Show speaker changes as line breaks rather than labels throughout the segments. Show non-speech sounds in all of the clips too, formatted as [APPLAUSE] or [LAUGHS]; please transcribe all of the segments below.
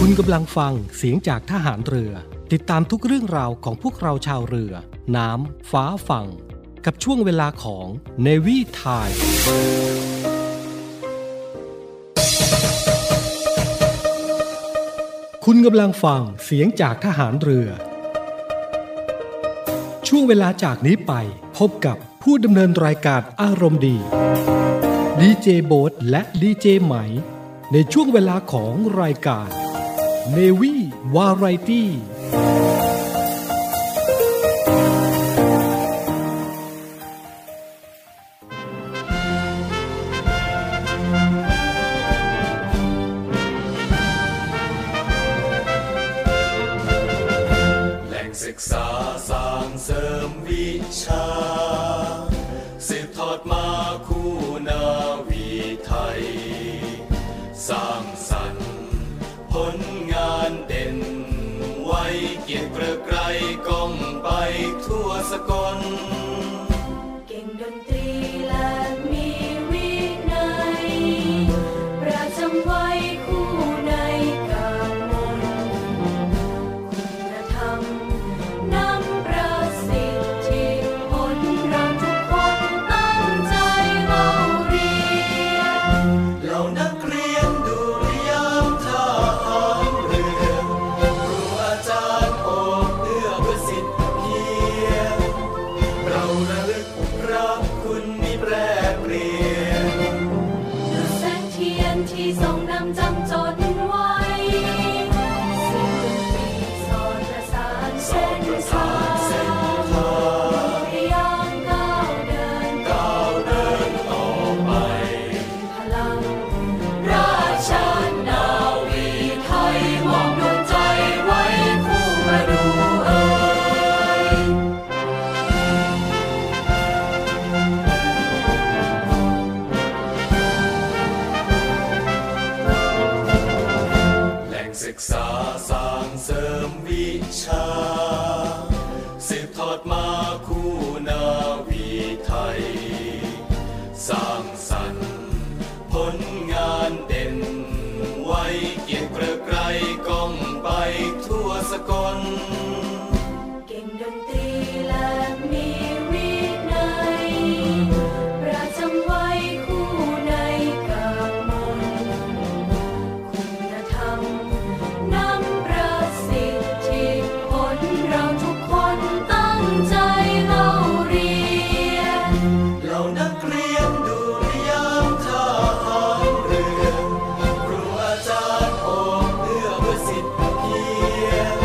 คุณกำลังฟังเสียงจากทหารเรือ ติดตามทุกเรื่องราวของพวกเราชาวเรือ น้ำ ฟ้าฝั่ง กับช่วงเวลาของ n a v y Time คุณกำลังฟังเสียงจากทหารเรือ ช่วงเวลาจากนี้ไป พบกับผู้ดำเนินรายการอารมณ์ดี ดีเจโบ๊ทและดีเจไหม ในช่วงเวลาของรายการ n a v y v a r i e t y
แหล่งศึกษาสร้างเสริมวิชา สืบทอดมาคู่นาวีไทย สร้างสรรค์ผลงานเด่น ไว้เกียรติเกรองไกรก้องไปทั่วสกล
เก่งดนตรีและมีวินัย ประจำไว้คู่ในกามลคุณธรรมนำประสิทธิผลเราทุกคนตั้งใจเอาเรียน
เหล่านักเรียนดูเรียมท่าทางเรือครูอาจารย์โอบเอื้อเพื่อสิทธิเพียงเราระลึกพระคุณมิแปรเปลี่ยน
ดุจแสงเทียนที่ทรงนำจำจดไว้เสียงดนตรีสอนประสานเส้นทางเส้นทางพยายามก้าวเดินก้าวเดินต่อไป พลัง ราชานาวีไทยมอบดวงใจไว้คู่ประดูเอ่ย
แหล่งศึกษาสร้างเสริมวิชา สืบทอดมาคู่นาวีไทย สร้างสรรค์ผลงานเด่น ไว้เกียรติเกรองไกรก้องไปทั่วสกล
เก่งดนตรีและมีวินัย ประจำไว้คู่ในกามลคุณธรรมนำประสิทธิผลเราทุกคนตั้งใจเราเรียน
เหล่านักเรียนดูเรียมท่าทางเรือครูอาจารย์โอบเอื้อเพื่อสิทธิเพียง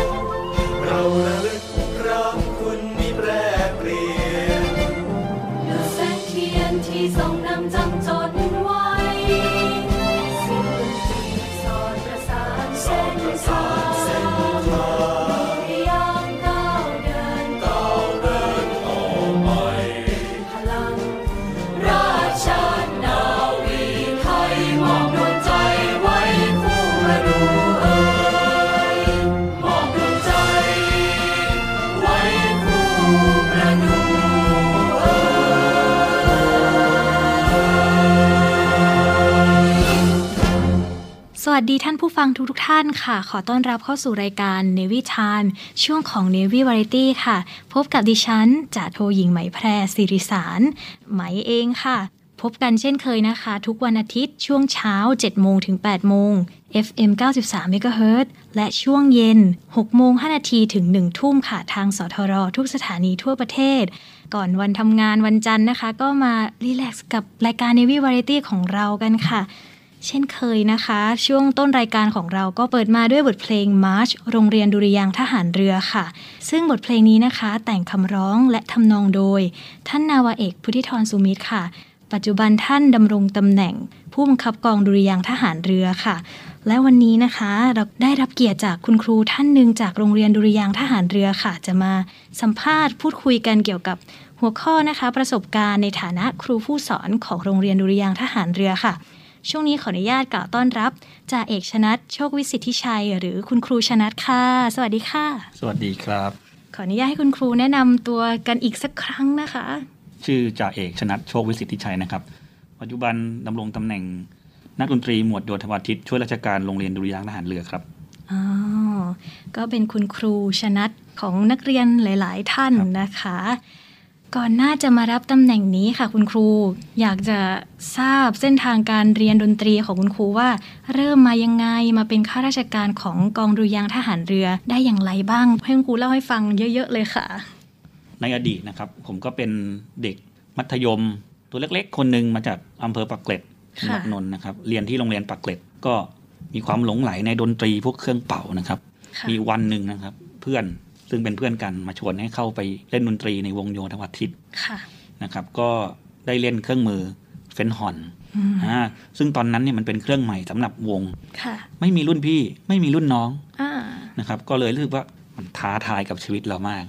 เราระลึกรักคุณมิแปรเปลี่ยน
ดวงแสงเทียนที่ทรงนำจำจดไว้เสิ่งดนตรีสอนประสานเส้นทาง
เส้นทาง
พยายามก้าวเดิน
ก้าวเดินต่อไป
พลัง ราชานาวีไทยมอบดวงใจไว้คู่ประดูเอ่ยมอบดวงใจ ไว้คู่ประดู
สวัสดีท่านผู้ฟังทุกทท่านค่ะ ขอต้อนรับเข้าสู่รายการ Navy Time ช่วงของ Navy Variety ค่ะ พบกับดิฉันจ่าโทหญิงไหมแพรสิริสาร ไหมเองค่ะ พบกันเช่นเคยนะคะ ทุกวันอาทิตย์ช่วงเช้า 7 โมงถึง 8 โมง FM 93 MHz และช่วงเย็น 6 โมง 5 นาทีถึง 1 ทุ่มค่ะ ทางสทร ทุกสถานีทั่วประเทศ ก่อนวันทำงานวันจันทร์นะคะ ก็มารีแลกซ์กับรายการ Navy Variety ของเรากันค่ะ เช่นเคยนะคะ ช่วงต้นรายการของเราก็เปิดมาด้วยบทเพลง March โรงเรียนดุริยางค์ทหารเรือค่ะ ซึ่งบทเพลงนี้นะคะ แต่งคำร้องและทำนองโดย ท่านนาวาเอกพุทธิธรสุมิตรค่ะ ปัจจุบันท่านดำรงตำแหน่ง ผู้บังคับกองดุริยางค์ทหารเรือค่ะ และวันนี้นะคะเราได้รับเกียรติจากคุณครูท่านหนึ่งจากโรงเรียนดุริยางค์ทหารเรือค่ะ จะมาสัมภาษณ์พูดคุยกันเกี่ยวกับหัวข้อนะคะ ประสบการณ์ในฐานะครูผู้สอนของโรงเรียนดุริยางค์ทหารเรือค่ะ ช่วงนี้ขออนุญาตกล่าวต้อนรับจ่าเอกชนัทโชควิสิทธิชัย หรือคุณครูชนัทค่ะ สวัสดีค่ะ
สวัสดีครับ
ขออนุญาตให้คุณครูแนะนำตัวกันอีกสักครั้งนะคะ
ชื่อจ่าเอกชนัดโชควิสิทธิชัยนะครับ ปัจจุบันดำรงตำแหน่งนักดนตรีหมวดโยธวาทิตช่วยราชการโรงเรียนดุริยางค์ทหารเรือครับ
อ๋อก็เป็นคุณครูชนัดของนักเรียนหลาย ๆ ท่าน
ครับ
นะคะ ก่อนหน้าจะมารับตำแหน่งนี้ค่ะ คุณครูอยากจะทราบเส้นทางการเรียนดนตรีของคุณครูว่า เริ่มมายังไงมาเป็นข้าราชการของกองดุริยางค์ทหารเรือได้อย่างไรบ้างให้คุณครูเล่าให้ฟังเยอะ ๆ เลยค่ะ
ในอดีตนะครับผมก็เป็นเด็กมัธยม ตัวเล็กๆ คนหนึ่งมาจากอำเภอปากเกร็ดจังหวัด
ค่ะ
นนท์นะครับเรียนที่โรงเรียนปากเกร็ดก็มีความหลงไหลในดนตรีพวกเครื่องเป่านะครับ
ค่ะ
มีวันหนึ่งนะครับ เพื่อนซึ่งเป็นเพื่อนกันมาชวนให้เข้าไปเล่นดนตรีในวงโยธวาทิตย์
ค่ะ
นะครับ ก็ได้เล่นเครื่องมือเฟนฮอน
อืม
อ่าซึ่งตอนนั้นเนี่ยมันเป็นเครื่องใหม่สำหรับวง
ค่ะ
ไม่มีรุ่นพี่ไม่มีรุ่นน้อง
อ่า
นะครับก็เลยรู้สึกว่ามันท้าทายกับชีวิตเรา
[LAUGHS]
มาก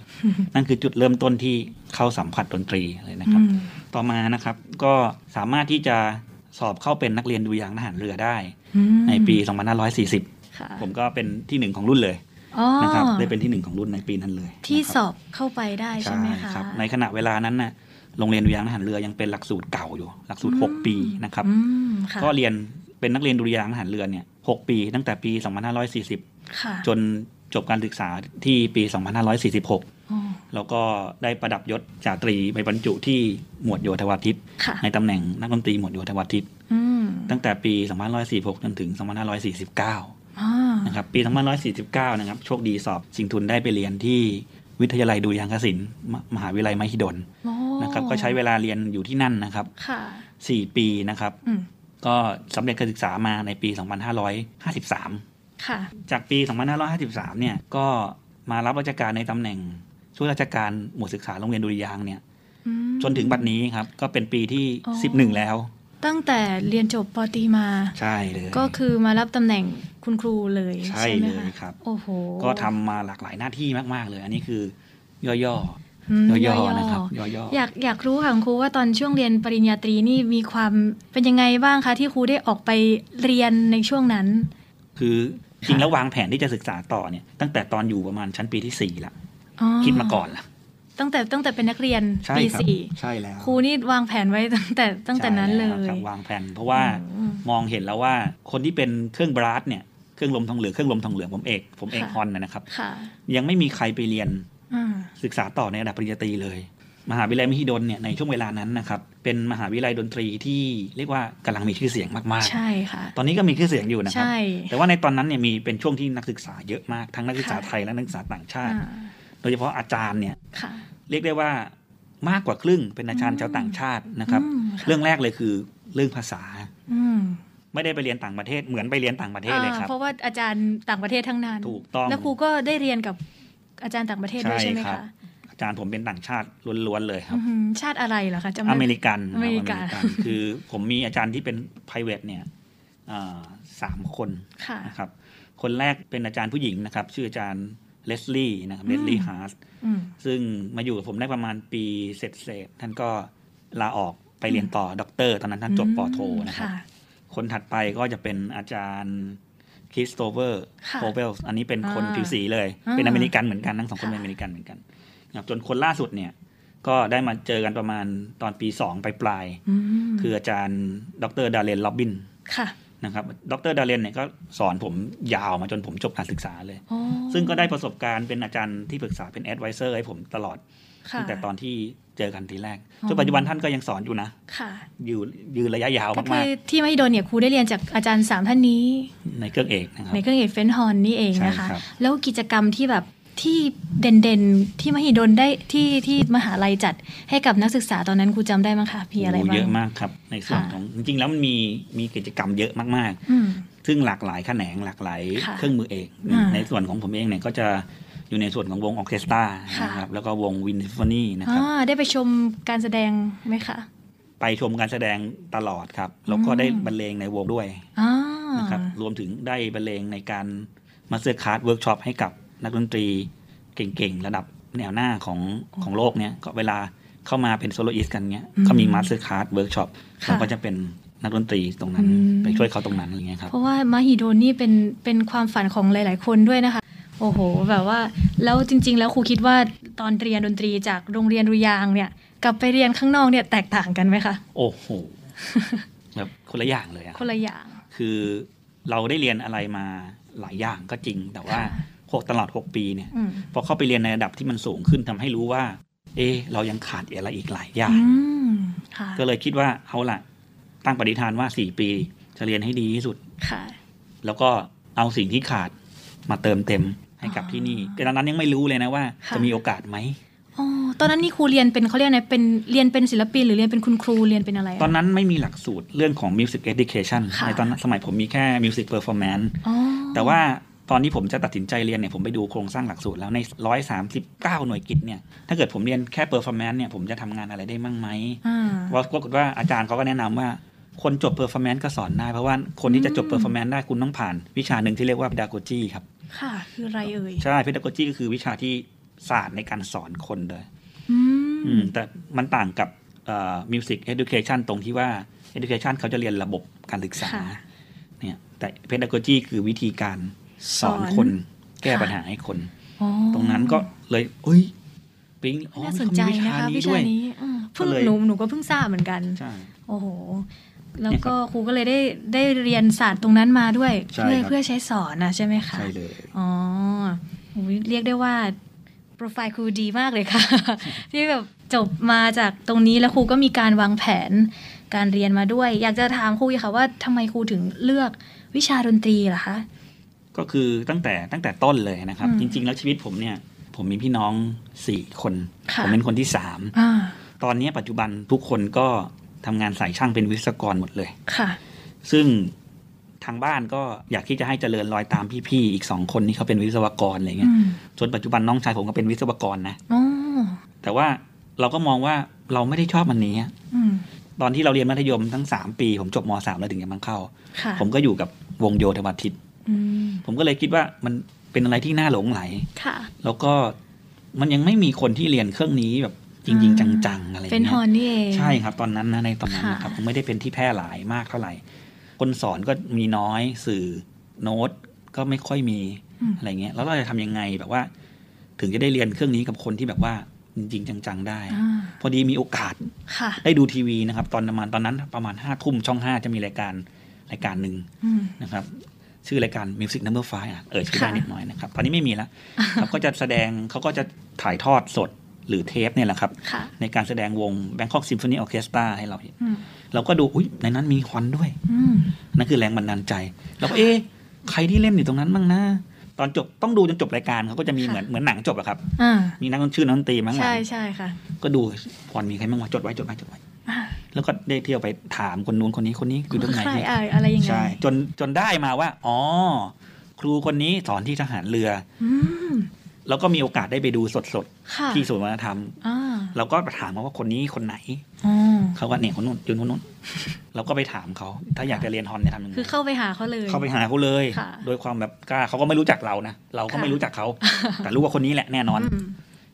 นั่นคือจุดเริ่มต้นที่เข้าสัมผัสดนตรีเลยนะครับ
อืม
ต่อมานะครับก็สามารถที่จะสอบเข้าเป็นนักเรียนดุริยางค์ทหารเรือได้
อืม
ในปี
ค่ะ
2540 ผมก็เป็นที่หนึ่งของรุ่นเลย
อ๋อ
นะครับได้เป็นที่หนึ่งของรุ่นในปีนั้นเลย
ที่
นะครับ
สอบเข้าไปได้ใช่
ใช่
ไหมคะ
ครับในขณะเวลานั้นนะโรงเรียนดุริยางค์ทหารเรือยังเป็นหลักสูตรเก่าอยู่ หลักสูตร
อืม
6 ปีนะครับ
อืมค่ะ
ก็เรียนเป็นนักเรียนดุริยางค์ทหารเรือเนี่ยหกปี ตั้งแต่ปี 2540
ค่ะ
จนจบการศึกษาที่ปี 2546
อ๋อ
แล้วก็ได้ประดับยศจ่าตรีไปบรรจุที่หมวดโยธวาทิต
ค่ะ
ในตำแหน่งนักดนตรีหมวดโยธวาทิต
อืม
ตั้งแต่ปี 2546 จนถึง 2549
อ๋อ
นะครับ ปี 2549 นะครับ โชคดีสอบชิงทุนได้ไปเรียนที่วิทยาลัยดูยางคศิลป์มมหาวิทยาลัยมหิดล
โอ้
นะครับ ก็ใช้เวลาเรียนอยู่ที่นั่นนะครับ
ค่ะ
4 ปีนะครับ
อืม
ก็สำเร็จการศึกษามาในปี 2553
ค่ะ
จากปี 2553 เนี่ย ก็มารับราชการในตำแหน่งช่วยราชการหมวดศึกษาโรงเรียนดุริยางค์เนี่ย
อืม
จนถึงบัดนี้ครับ ก็เป็นปีที่
อ๋อ
11 แล้ว
ตั้งแต่เรียนจบปอตรีมา
ใช่เลย
ก็คือมารับตำแหน่งคุณครูเลย
ใช่
ไหม
เลย
คะ
ครับ
โอ้โห
ก็ทำมาหลากหลายหน้าที่มาก ๆ เลย อันนี้คือย่อๆ
อืม
ย่
ย่
อ
อ
ๆ
ๆ
นะครับ ย่อๆ
อยากอยากรู้ค่ะคุณครูว่าตอนช่วงเรียนปริญญาตรีนี่มีความเป็นยังไงบ้างคะที่ครูได้ออกไปเรียนในช่วงนั้น
คือจริงแล้ววางแผนที่จะศึกษาต่อเนี่ย ตั้งแต่ตอนอยู่ประมาณชั้นปีที่ 4 ละ
อ๋อ
คิดมาก่อนละ
ตั้งแต่ตั้งแต่เป็นนักเรียน
ใช่
ปี
ครับ
สี่
ใช่แล้ว
ครูนี่วางแผนไว้ตั้งแต่ตั้งแต่นั้นเล
ใช่แวย ครับวางแผนเพราะว่า
อืม
มองเห็นแล้วว่าคนที่เป็นเครื่องบรัสเนี่ยเครื่องลมทองเหลืองเครื่องลมทองเหลืองผมเอกผมเอก
ค่ะ
ฮอนนะนะครับ
ค่ะ
ยังไม่มีใครไปเรียน
อ่า
ศึกษาต่อในระดับปริญญาตรีเลย มหาวิทยาลัยมหิดลเนี่ยในช่วงเวลานั้นนะครับเป็นมหาวิทยาลัยดนตรีที่เรียกว่ากำลังมีชื่อเสียงมาก
ใช่ค่ะ
ๆ ตอนนี้ก็มีชื่อเสียงอยู่นะครับ
ใช่
แต่ว่าในตอนนั้นเนี่ยมีเป็นช่วงที่นักศึกษาเยอะมากทั้งนักศึกษา
ค่ะ
ไทยและนักศึกษาต่างชา
อ่า
ติ โดยเฉพาะอาจารย์เนี่ย
ค่ะ
เรียกได้ว่ามากกว่าครึ่งเป็นอาจารย์ชาวต่างชาตินะครับ
อืมค่ะ
เรื่องแรกเลยคือเรื่องภาษา
อืม
ไม่ได้ไปเรียนต่างประเทศเหมือนไปเรียนต่างประเทศเลยค
อ่า
รับ
เพราะว่าอาจารย์ต่างประเทศทั้งนั้น
ถูกต้อง
แล้วครูก็ได้เรียนกับอาจารย์ต่างประเทศด้วยใช่ไหมคะ
อาจารย์ผมเป็นต่างชาติล้วนๆเลยครับ
อืมชาติอะไรเหรอคะจำ
อ
ได้
เมริกันคบ
อเมริกัน [LAUGHS]
คือผมมีอาจารย์ที่เป็น p r i v a t เนี่ยเอ่อสามคน
ค่ะ
นะครับ คนแรกเป็นอาจารย์ผู้หญิงนะครับ ชื่ออาจารย์เลสลี่นะครับเลสลี่
อืม
ฮาร์ส
อืม
ซึ่งมาอยู่กับผมได้ประมาณปีเสร็จเศษๆท่านก็ลาออกไปเรียนต่อด็อกเตอร์ ตอนนั้นท่านจบปอโทนะครับ คนถัดไปก็จะเป็นอาจารย์คริสโตเฟอร์
ค่ะ
โคเวลอันนี้เป็นคน
อ่า
ผิวสีเลย
อ่า
เป็นอเมริกันเหมือนกันทั้งสองคน
ค่ะ
เป็นอเมริกันเหมือนกันนะครับจนคนล่าสุดเนี่ย ก็ได้มาเจอกันประมาณตอนปีสองปลายปลาย
อืม
ๆคืออาจารย์ดรดาเลนล็อบบิน
ค่ะ
นะครับดรดาเลนเนี่ยก็สอนผมยาวมาจนผมจบการศึกษาเลย
โอ้
ซึ่งก็ได้ประสบการณ์เป็นอาจารย์ที่ปรึกษาเป็นแอดไวเซอร์ให้ผมตลอด
ค่ะ
ตั้งแต่ตอนที่เจอกันทีแรก
อ๋อ
จนปัจจุบันท่านก็ยังสอนอยู่นะ
ค่ะ
อยู่ยืนระยะยาว
ก็คื
มา
อก ที่ไม่โดนเนี่ยครูได้เรียนจากอาจารย์สามท่านนี้
ๆในเครื่องเอกนะครับ
ในเครื่องเอกเฟนฮอนนี่เองนะคะ
ใช่ครับ
แล้วกิจกรรมที่แบบที่เด่นๆ ที่มหิดลได้ที่ที่มหาลัยจัดให้กับนักศึกษาตอนนั้นครูจำได้มั้งคะพี่อะไร
โโห
บ้าง
เยอะมากครับ ในส่วน
ค่ะ
ของจริงๆ แล้วมันมีมีกิจกรรมเยอะมาก
อืม
ๆ ซึ่งหลากหลายแขนงหลากหลาย
ค่ะ
เครื่องมือเอง
อ่า
ในส่วนของผมเองเนี่ยก็จะอยู่ในส่วนของวงออเคสตรา
ค่ะ
นะครับแล้วก็วงวินซิฟอนีนะครับ
อ่าได้ไปชมการแสดงไหมคะ
ไปชมการแสดงตลอดครับ แล้วก็
อืม
ได้บรรเลงในวงด้วย
อ่า
นะครับรวมถึงได้บรรเลงในการมาสเตอร์คลาสเวิร์กช็อปให้กับนักดนตรีเก่งๆ ระดับแนวหน้าของของโลกเนี่ยก็เวลาเข้ามาเป็นโซโลอิสต์กันเนี่ยก็มีมาสเตอร์คลาสเวิร์กช็อปเราก็จะเป็นนักดนตรีตรงนั้น
อืม
ไปช่วยเขาตรงนั้นอะไรเงี้ยครับ
เพราะว่ามหิดลนี่เป็นเป็นความฝันของหลาย ๆ คนด้วยนะคะ โอ้โห แบบว่าแล้วจริง ๆ แล้วครูคิดว่าตอนเรียนดนตรีจากโรงเรียนรุยางค์เนี่ยกับไปเรียนข้างนอกเนี่ยแตกต่างกันไหม
[LAUGHS]
คะ
โอ้โห แบบคนละอย่างเลยอะ
คนละอย่าง
คือเราได้เรียนอะไรมา หลายอย่างก็จริง แต่ว่า
ค่ะ
หกตลอด 6 ปีเนี่ย
อืม
พอเข้าไปเรียนในระดับที่มันสูงขึ้นทำให้รู้ว่า เอะเรายังขาดอะไรอีกหลายอย่าง
อืมค่ะ
ก็เลยคิดว่าเอาละตั้งปณิธานว่า 4 ปี จะเรียนให้ดีที่สุด
ค่ะ
แล้วก็เอาสิ่งที่ขาดมาเติมเต็มให้กับ
อ๋อ
ที่นี่แต่ตอนนั้นยังไม่รู้เลยนะว่า
ค่ะ
จะมีโอกาสไหม
อ๋อตอนนั้นนี่ครูเรียนเป็นเขาเรียกอะไรเป็นเรียนเป็นศิลปินหรือเรียนเป็นคุณครูเรียนเป็นอะไระ
ตอนนั้นไม่มีหลักสูตรเรื่องของ Music Education
ค่ะ
ในตอนนั้นสมัยผมมีแค่ Music Performance
อ๋อ
แต่ว่าตอนที่ผมจะตัดสินใจเรียนเนี่ยผมไปดูโครงสร้างหลักสูตรแล้วใน 139 หน่วยกิจเนี่ยถ้าเกิดผมเรียนแค่ Performance เนี่ยผมจะทำงานอะไรได้มั่งไหม
อ่า
ว่าปรากฏว่าอาจารย์เขาก็แนะนำว่า คนจบ Performance ก็สอนได้ เพราะว่าคนที่จะจบ
อืม
Performance ได้คุณต้องผ่าน วิชาหนึ่งที่เรียกว่า Pedagogy ครับ
ค่ะ คืออะไรเอ่ย
ใช่ Pedagogy ก็คือวิชาที่ศาสตร์ในการสอนคนเลย
อื
อื
ม
มแต่มันต่างกับเอ่อ music education ตรงที่ว่า education เขาจะเรียนระบบการศึกษา
ค่ะ
เนี่ยแต่ pedagogy คือวิธีการสอน
สอน
คน แก้
ค่ะ
ปัญหาให้คน
อ๋อ
ตรงนั้นก็เลยเอ้ยปิ๊งอ๋อ
น่าส
มัน
ใจ
มีวิ
นะ
ชา
คะ
นี้
วิ
ด้
ชา
วย
นี้อ่าเพิ่ง
ก็เลย
หนูหนูก็เพิ่งทราบเหมือนกัน
ใช่
โอ้โห แล้วก็ครูก็เลยได้ได้เรียนศาสตร์ตรงนั้นมาด้วย
ใช่
เพื่อ
ครับ
เพื่อใช้สอนนะใช่ไหมคะ
ใช่เลย
อ๋ออุ๊ยเรียกได้ว่า โปรไฟล์ครูดีมากเลยค่ะ [LAUGHS] ที่แบบจบมาจากตรงนี้แล้วครูก็มีการวางแผนการเรียนมาด้วย อยากจะถามครูอีกค่ะว่าทำไมครูถึงเลือกวิชาดนตรีล่ะคะ
ก็คือตั้งแต่ตั้งแต่ต้นเลยนะครับ
อืม
จริง ๆ แล้วชีวิตผมเนี่ย ผมมีพี่น้องสี่คน
ค่ะ
ผมเป็นคนที่สาม
อ่า
ตอนนี้ปัจจุบันทุกคนก็ทำงานสายช่างเป็นวิศวกรหมดเลย
ค่ะ
ซึ่งทางบ้านก็อยากที่จะให้เจริญรอยตามพี่ๆอีกสองคนนี่เขาเป็นวิศวกรอะไรเงี้
อื
ย
ม
จนปัจจุบันน้องชายผมก็เป็นวิศวกรนะ
อ๋อ
แต่ว่าเราก็มองว่าเราไม่ได้ชอบมันนี้อะ
อืม
ตอนที่เราเรียนมัธยมทั้ง 3 ปี ผมจบม .3 แล้วถึงจะมังเข้า
ค่ะ
ผมก็อยู่กับวงโยธวาทิตย์
อืม
ผมก็เลยคิดว่ามันเป็นอะไรที่น่าหลงไหล
ค่ะ
แล้วก็มันยังไม่มีคนที่เรียนเครื่องนี้แบบจริง ๆ
อ่า
จังๆอะไรเงี้ย
เป็นฮอนนี่เอง
ใช่ครับ ตอนนั้นนะในตอนนั้นนะครับ
ค่ะ
ผมไม่ได้เป็นที่แพร่หลายมากเท่าไหร่ คนสอนก็มีน้อยสื่อโน้ตก็ไม่ค่อยมีอะไรเงี้ยแล้วเราจะทำยังไงแบบว่า ถึงจะได้เรียนเครื่องนี้กับคนที่แบบว่าจริง ๆ จัง ๆ ได้
อ่า
พอดีมีโอกาส
ค่ะ
ได้ดูทีวีนะครับ ตอนประมาณตอนนั้นประมาณห้าทุ่มช่องห้าจะมีรายการรายการหนึ่ง
อืม
นะครับ ชื่อรายการ Music Number Five อ่ะเออชื่อได้
ค่ะ
นิดหน่อยนะครับ ตอนนี้ไม่มี
[LAUGHS]
แล้วครับก็จะแสดงเขาก็จะถ่ายทอดสดหรือเทปเนี่ยแหละครับ
ค่ะ
ในการแสดงวง Bangkok Symphony Orchestra ให้เราเห็น
อืม
เราก็ดู อุ้ยในนั้นมีควันด้วย
อืม
นั่นคือแรงบันดาลใจ แล้วก็เอ๊ะ ใครที่เล่นอยู่ตรงนั้นบ้างนะ ตอนจบต้องดูจนจบรายการเขาก็จะมีเห
ค่ะ
มือนเหมือนหนังจบอะครับ
อ่า
มีนักชื่อนักดนตรีมั้างหลั
ใช่
ง
ใช่ค่ะ
ก็ดูพรมีใครบ้างวะจดไว้จดไว้จดไว้
อ่า
แล้วก็ได้เที่ยวไปถามคนนู้นคนนี้คนนี้อยู่ตรงไหน
ใครอะไรอะไรยังไง
ใช่จนจนได้มาว่า อ๋อ ครูคนนี้สอนที่ทหารเรือ
อืม
แล้วก็มีโอกาสได้ไปดูสด
ค่ะ
ๆที่ศูนย์วัฒนธรรม
อ่า
เราก็ถามเขาว่าคนนี้คนไหน
อ๋อ
เขาก็เนี่ยคนนู้นยืนคนนู้น เราก็ไปถามเขา ถ้าอยากจะเรียนฮอนเนี่ยทำยังไง
คือเข้าไปหาเขาเลย
เข้าไปหาเขาเลย
ค่ะ
โดยความแบบกล้าเขาก็ไม่รู้จักเรานะเราก็
ค่ะ
ไม่รู้จักเขา แต่รู้ว่าคนนี้แหละแน่นอน
อืม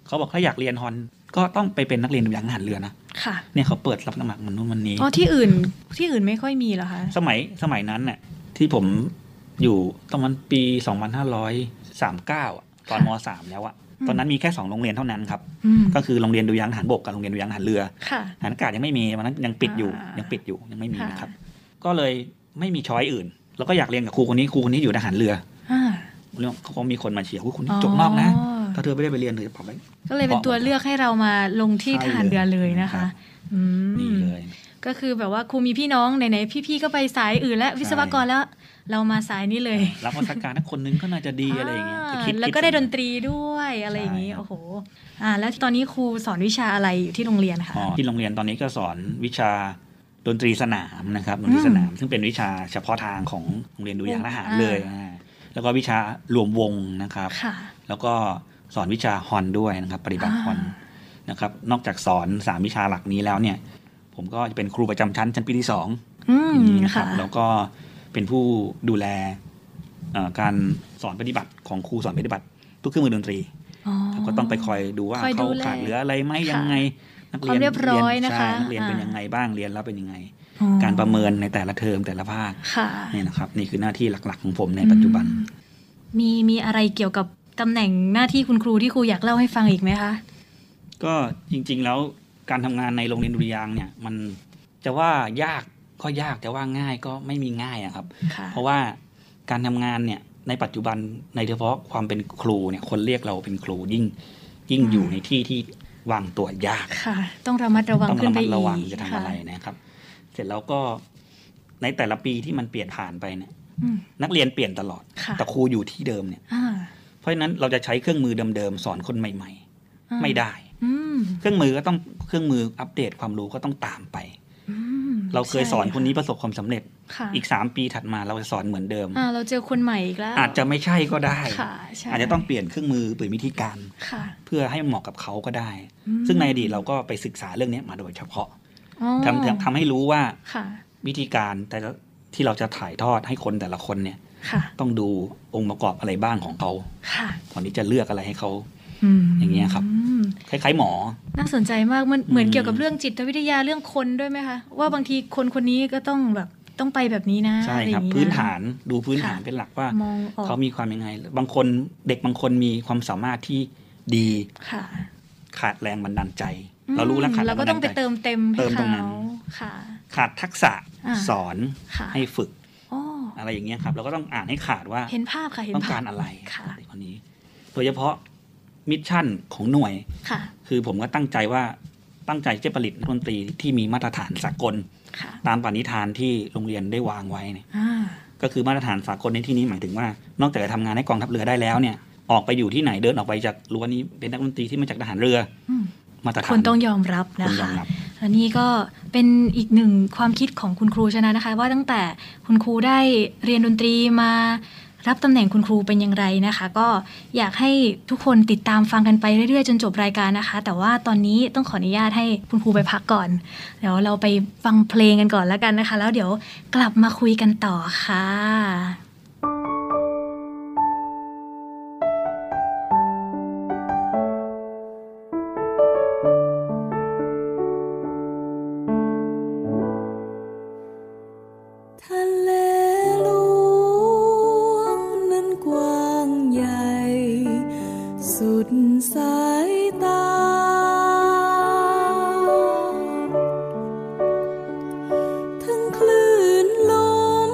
เขาบอกถ้าอยากเรียนฮอนก็ต้องไปเป็นนักเรียนอย่างทหารเรือนะ
ค่ะ
เนี่ยเขาเปิดรับสมัครมันนู้นวันนี้
อ๋อที่อื่นที่อื่นไม่ค่อยมีเหรอคะ
สมัยสมัยนั้นน่ะที่ผมอยู่ตอนนั้นปี 2539อะตอนม .3 แล้วอะตอนนั้นมีแค่สองโรงเรียนเท่านั้นครับ
อืม
ก็คือโรงเรียนดุริยางค์ทหารบกกับโรงเรียนดุริยางค์ทหารเรือ
ค่ะ
ฐานอากาศยังไม่มีวันนั้นยังปิดอยู่
อ่ายั
ยังปิดอยู่ยังไม่มี
ค่ะ
นะครับ ก็เลยไม่มีช้อยอื่น แล้วก็อยากเรียนกับครูคนนี้ครูคนนี้อยู่ทหารเรือ
อ่า
เรื่องเขาก็มีคนมาเชียร์ครูคน
อ๋
นี้
อ
จบนอกนะถ้าเธอไม่ได้ไปเรียนเธอจะบอกไหม
ก็เลยเป็นตัวเลือกให้เรามาลงที่
ใช่
ทหารเรือเลยนะคะ
ครับ
อืม
นี่เลย
ก็คือแบบว่าครูมีพี่น้องไหนๆพี่ๆก็ไปสายอื่นและวิศวกรแล้ว เรามาสายนี้เลย
รับราชการนักคนนึงก็น่าจะดีอะไรอย่างเงี้ย
อ่า
คิๆ
แล้วก็ได้
คิๆ
ดนตรีด้วยอะไรอย่างนี้
ใช่ครับ
โอ้โห อ่า แล้วตอนนี้ครูสอนวิชาอะไรอยู่ที่โรงเรียนคะ
อ๋อที่โรงเรียนตอนนี้ก็สอนวิชาดนตรีสนามนะครับดนตรีสนามซึ่งเป็นวิชาเฉพาะทางของโรงเรียนดุริยางค์ทหารเลย
อ่า
อ่าแล้วก็วิชารวมวงนะครับ
ค่ะ
แล้วก็สอนวิชาฮอนด้วยนะครับ ปฏิบัติ
อ่า
ฮอนนะครับ นอกจากสอนสามวิชาหลักนี้แล้วเนี่ย ผมก็จะเป็นครูประจำชั้นชั้นปีที่สอง
อืม
อย่างนี้นะครั
ค่ะ
บ แล้วก็เป็นผู้ดูแลเอ่อการสอนปฏิบัติของครูสอนปฏิบัติทุกเครื่องมือดนตรี
อ๋อ
ครับก็ต้องไปคอยดูว่า
คอยดู
เขา
แล
ขาดเหลืออะไรไหม
ค่ะ
ยังไงนัก
ความเรียบร้อย
เ
นะคะ
ใช่นักเรียนเป็น
อ่ายั
ยังไงบ้างเรียนแล้วเป็นยังไง
อ๋อ
การประเมินในแต่ละเทอมแต่ละภาค
ค่ะ
เนี่ยนะครับ นี่คือหน้าที่หลักๆ ของผมในปัจจุบัน
มีมีอะไรเกี่ยวกับตำแหน่งหน้าที่คุณครูที่ครูอยากเล่าให้ฟังอีกไหมคะ
ก็จริงๆแล้วการทำงานในโรงเรียนดุริยางค์เนี่ยมันจะว่ายากก็ยากจะว่าง่ายก็ไม่มีง่ายอะครับ
ค่ะ
เพราะว่าการทำงานเนี่ย ในปัจจุบันในเฉพาะความเป็นครูเนี่ยคนเรียกเราเป็นครูยิ่ง ยิ่งอยู่ในที่ที่วางตัวยาก
ค่ะ ต้องระมัดระวัง
ต้อง
ขึ้น
ระ
ไป
มัด
อีก
ระวังจะทำ
ค่
อะไรนะครับ เสร็จแล้วก็ในแต่ละปีที่มันเปลี่ยนผ่านไปเนี่ย
อืม
นักเรียนเปลี่ยนตลอด
ค่ะ
แต่ครูอยู่ที่เดิมเนี่ย
อ่า
เพราะฉะนั้นเราจะใช้เครื่องมือเดิมๆสอนคนใหม่ๆ
อ่า
ไม่ได้
อืม
เครื่องมือก็ต้องเครื่องมืออัปเดตความรู้ก็ต้องตามไป
อืม
เราเคยสอน
ใช่ะ
คนนี้ประสบความสำเร็จ
ค่ะ
อีก 3 ปีถัดมาเราจะสอนเหมือนเดิม
อ่าเราเจอคนใหม่อีกแล้ว
อาจจะไม่ใช่ก็ได้
ค่ะใช่
อาจจะต้องเปลี่ยนเครื่องมือเปลี่ยนวิธีการ
ค่ะ
เพื่อให้เหมาะกับเขาก็ได้
อืม
ซึ่งในอดีตเราก็ไปศึกษาเรื่องนี้มาโดยเฉพาะ
อ๋อ
ทำทำทำให้รู้ว่า
ค่ะ
วิธีการแต่ละที่เราจะถ่ายทอดให้คนแต่ละคนเนี่ย
ค่ะ
ต้องดูองค์ประกอบอะไรบ้างของเขา
ค่ะ
ก่อนที่จะเลือกอะไรให้เขา
ม
อย่างเงี้ยครับ
ม
คล้ายๆหมอ
น่าสนใจมากมันเหมือน
อืม
เกี่ยวกับเรื่องจิตวิทยาเรื่องคนด้วยไหมคะว่าบางทีคนคนนี้ก็ต้องแบบต้องไปแบบนี้นะ
ใช่
อะไอ
ครับ
ย่างะ
พื้นฐานดูพื้นฐาน
ค่ะ
เป็นหลักว่าม
องออก
เขามีความยังไง บางคนเด็กบางคนมีความสามารถที่ดี
ค่ะ
ขาดแรงบันดาลใจ เรารู้แล้วขาด
เรา
แง
ก็
บันดลใจ
ต้องไปเติมเต็มให้
เติมตรงนั้น
เขาค่ะ
ขาดทักษะ
อ่า
สอน
ค่ะ
ให้ฝึก
อ้อ
อะไรอย่างเงี้ยครับ เราก็ต้องอ่านให้ขาดว่า
เห็นภาพค่ะเห็น
ต้อง
ภาพ
การอะไร
ค่ะ
เด็กคนนี้ โดยเฉพาะมิชชั่นของหน่วย
ค่ะ
คือผมก็ตั้งใจว่าตั้งใจจะผลิตนักดนตรีที่มีมาตรฐานสากล
ค่ะ
ตามปณิธานที่โรงเรียนได้วางไว้เนี่ย
อ่า
ก็คือมาตรฐานสากลในที่นี้หมายถึงว่า นอกจากจะทำงานให้กองทัพเรือได้แล้วเนี่ย ออกไปอยู่ที่ไหนเดินออกไปจากรั้วนี้เป็นนักดนตรีที่มาจากทหารเรือ
อืม
มาตรฐาน
คนต้องยอมรับ
ค
นะ
นยอม
คะ
รับ
และนี่ก็เป็นอีกหนึ่งความคิดของคุณครูชนะนะคะ ว่าตั้งแต่คุณครูได้เรียนดนตรีมารับตำแหน่งคุณครูเป็นอย่างไรนะคะ ก็อยากให้ทุกคนติดตามฟังกันไปเรื่อยๆ จนจบรายการนะคะ แต่ว่าตอนนี้ต้องขออนุญาตให้คุณครูไปพักก่อนเดี๋ยวเราไปฟังเพลงกันก่อนแล้วกันนะคะ แล้วเดี๋ยวกลับมาคุยกันต่อค่ะ
ทะเลหลวงนั้นกว้างใหญ่ สุดสายตา ทั้งคลื่นลม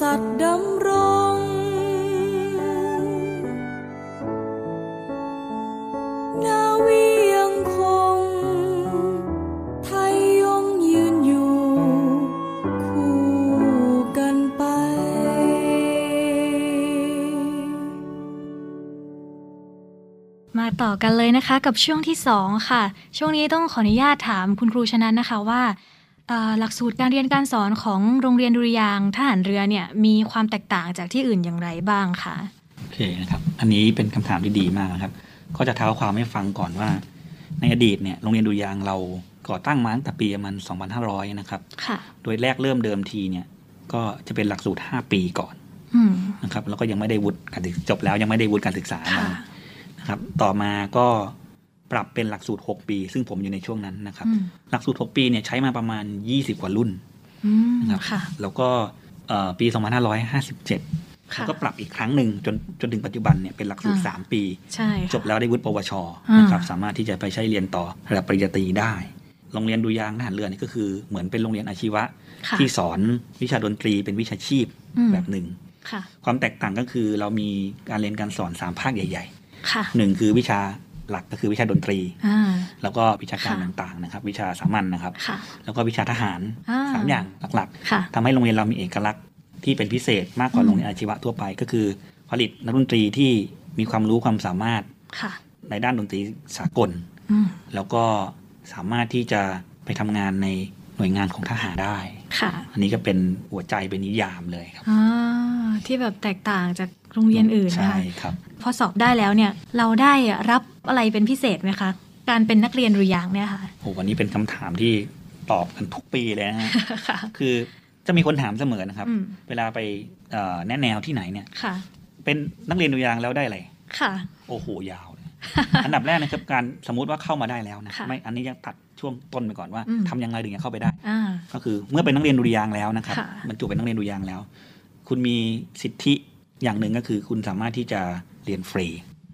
ษัตริย์ดำรง นาวียังคง ไทยยงยืนอยู่ คู่กันไป
มาต่อกันเลยนะคะกับช่วงที่ 2 ค่ะ ช่วงนี้ต้องขออนุญาตถามคุณครูชนันนะคะว่าเอ่อหลักสูตรการเรียนการสอนของโรงเรียนดุริยางค์ทหารเรือเนี่ยมีความแตกต่างจากที่อื่นอย่างไรบ้างคะ
โอเคนะครับ อันนี้เป็นคำถามที่ดีมากนะครับ ก็จะเท้าความให้ฟังก่อนว่า ในอดีตเนี่ยโรงเรียนดุริยางค์เราก่อตั้งมาตั้งแต่ปีประมาณ2500 นะครับ
ค่ะ
โดยแรกเริ่มเดิมทีเนี่ยก็จะเป็นหลักสูตร 5 ปีก่อน
อืม
นะครับแล้วก็ยังไม่ได้วุฒิการศึกจบแล้วยังไม่ได้วุฒิการศึกษา
ค่ะ
มานะครับ ต่อมาก็ปรับเป็นหลักสูตร 6 ปี ซึ่งผมอยู่ในช่วงนั้นนะครับ
อืม
หลักสูตร 6 ปีเนี่ยใช้มาประมาณ 20 กว่ารุ่น
อืม
นะครับ
ค่ะ
แล้วก็เอ่อปี 2557
ค่ะ
ก็ปรับอีกครั้งหนึ่งจนจนถึงปัจจุบันเนี่ยเป็นหลักสูตร
อ่า
3 ปี
ใช่ค่ะ
จบแล้วได้วุฒิปวชนะครับ
อ่า
สามารถที่จะไปใช้เรียนต่อระดับปริญญาตรีได้ โรงเรียนดุริยางค์ทหารเรือนี่ก็คือเหมือนเป็นโรงเรียนอาชีวะ
ค่ะ
ที่สอนวิชาดนตรีเป็นวิชาชีพ
อืม
แบบหนึ่ง
ค่ะ
ความแตกต่างก็คือเรามีการเรียนการสอน 3 ภาคใหญ่
ค่ะ
ๆหนึ่งคือวิชาหลักก็คือวิชาดนตรี
อ่า
แล้วก็วิชาการ
ค่ะ
ต่างๆนะครับ วิชาสามัญนะครับ
ค่ะ
แล้วก็วิชาทหาร
อ่า
สามอย่างหลัก
ค่ะ
ๆทำให้โรงเรียนเรามีเอกลักษณ์ที่เป็นพิเศษมากกว่า
อืม
โรงเรียนอาชีวะทั่วไป ก็คือผลิตนักดนตรีที่มีความรู้ความสามารถ
ค่ะ
ในด้านดนตรีสากล
อืม
แล้วก็สามารถที่จะไปทำงานในหน่วยงานของทหารได้
ค่ะ
อันนี้ก็เป็นหัวใจเป็นนิยามเลยครับ
อ่าที่แบบแตกต่างจากโรงเรียนอื่นนะ
ใช่
คะ
ครับ
พอสอบได้แล้วเนี่ย เราได้รับอะไรเป็นพิเศษไหมคะ การเป็นนักเรียนหรือยังเนี่ยค่ะ
โอ้วันนี้เป็นคำถามที่ตอบกันทุกปีเลยนะ
[LAUGHS]
ฮะ
ค่ะ
คือจะมีคนถามเสมอนะครับ
อืม
เวลาไปเอ่อแนะแนวที่ไหนเนี่ย
ค่ะ
เป็นนักเรียนดุริยางค์แล้วได้อะไร
ค่ะ
โอ้โหยาวเลย
[LAUGHS]
อันดับแรกนะครับการสมมติว่าเข้ามาได้แล้วนะ
ค่ะ
ไม่อันนี้ยังตัดช่วงต้นไปก่อนว่า
อืม
ทำยังไงถึงจะเข้าไปได้
อ่า
ก็คือเมื่อเป็นนักเรียนดุริยางค์แล้วนะครับ
ค่ะ
บรรจุเป็นนักเรียนดุริยางค์แล้ว คุณมีสิทธิอย่างหนึ่งก็คือ คุณสามารถที่จะเรียนฟรี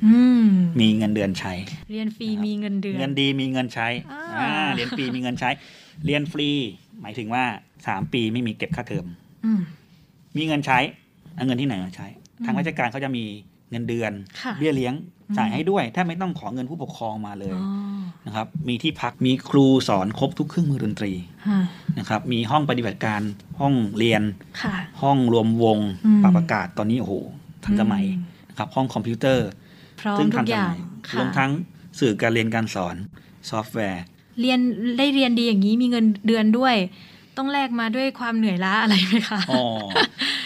อืม
มีเงินเดือนใช้
เรียนฟรี
นะครับ
มีเงินเดือน
เงินดีมีเงินใช้
อ่า
อ่าเรียนฟรีมีเงินใช้ เรียนฟรี หมายถึงว่า 3 ปีไม่มีเก็บค่าเทอม
อืม
มีเงินใช้เอาเงินที่ไหนมาใช้ ทาง
อืม
ราชการเขาจะมีเงินเดือน
ค่ะ
เบี้ยเลี้ยง
อืม
จ่ายให้ด้วย ถ้าไม่ต้องขอเงินผู้ปกครองมาเลย
อ๋อ
นะครับ มีที่พัก มีครูสอนครบทุกเครื่องมือดนตรี
ฮะ
นะครับ มีห้องปฏิบัติการ ห้องเรียน
ค่ะ
ห้องรวมวง
อืม
ปรับอากาศตอนนี้โอ้โหทันสมัย
อืม
นะครับ ห้องคอมพิวเตอร์
พร้อม
ซึ่ง
ทุ
ทันส
กอย่าง
มัยร
ค่ะ
วมทั้งสื่อการเรียนการสอน ซอฟต์แวร์
เรียนได้เรียนดีอย่างนี้มีเงินเดือนด้วย ต้องแลกมาด้วยความเหนื่อยล้าอะไรไหมคะ
อ๋อ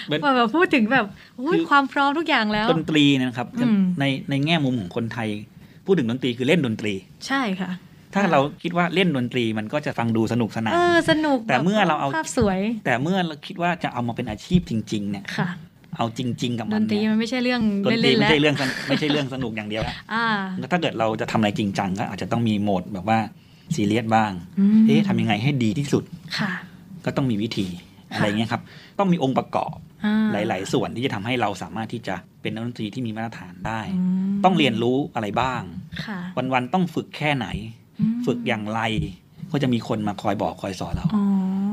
เป็น
พอแบบพูดถึงแบบอุ๊ย
คือ
ความพร้อมทุกอย่างแล้ว
ดนตรีเนยนะครับ
อืม
ในในแง่มุมของคนไทย พูดถึงดนตรีคือเล่นดนตรี
ใช่ค่ะ
ถ้า
ค่ะ
เราคิดว่าเล่นดนตรีมันก็จะฟังดูสนุกสนาน
เออ สนุก
แต่เมื่อเราเอา
ภาพสวย
แต่เมื่อเราคิดว่าจะเอามาเป็นอาชีพจริง ๆ เนี่ย
ค่ะ
เอาจริง ๆ กับ
ด
มัน น
ตรี
เนี่ย
มันไม่ใช่เรื่อง
ดนตรีไม่
เล่นๆแล้ว
ใช่เรื่องสนไม่ใช่เรื่องสนุกอย่างเดียวนะ
อ่า
ถ้าเกิดเราจะทำอะไรจริงจังก็อาจจะต้องมีโหมดแบบว่าซีเรียสบ้าง
อืม
เอ๊ะทำยังไงให้ดีที่สุด
ค่ะ
ก็ต้องมีวิธีอะไรเงี้ยครับ ต้องมีองค์ประกอบ
อ่า
หลาย ๆ ส่วนที่จะทำให้เราสามารถที่จะเป็นนักดนตรีที่มีมาตรฐานได้
ม
ต้องเรียนรู้อะไรบ้าง
ค่ะ
วัน ๆ ต้องฝึกแค่ไหน
อืม
ฝึกอย่างไร ก็จะมีคนมาคอยบอกคอยสอนเรา
อ๋อ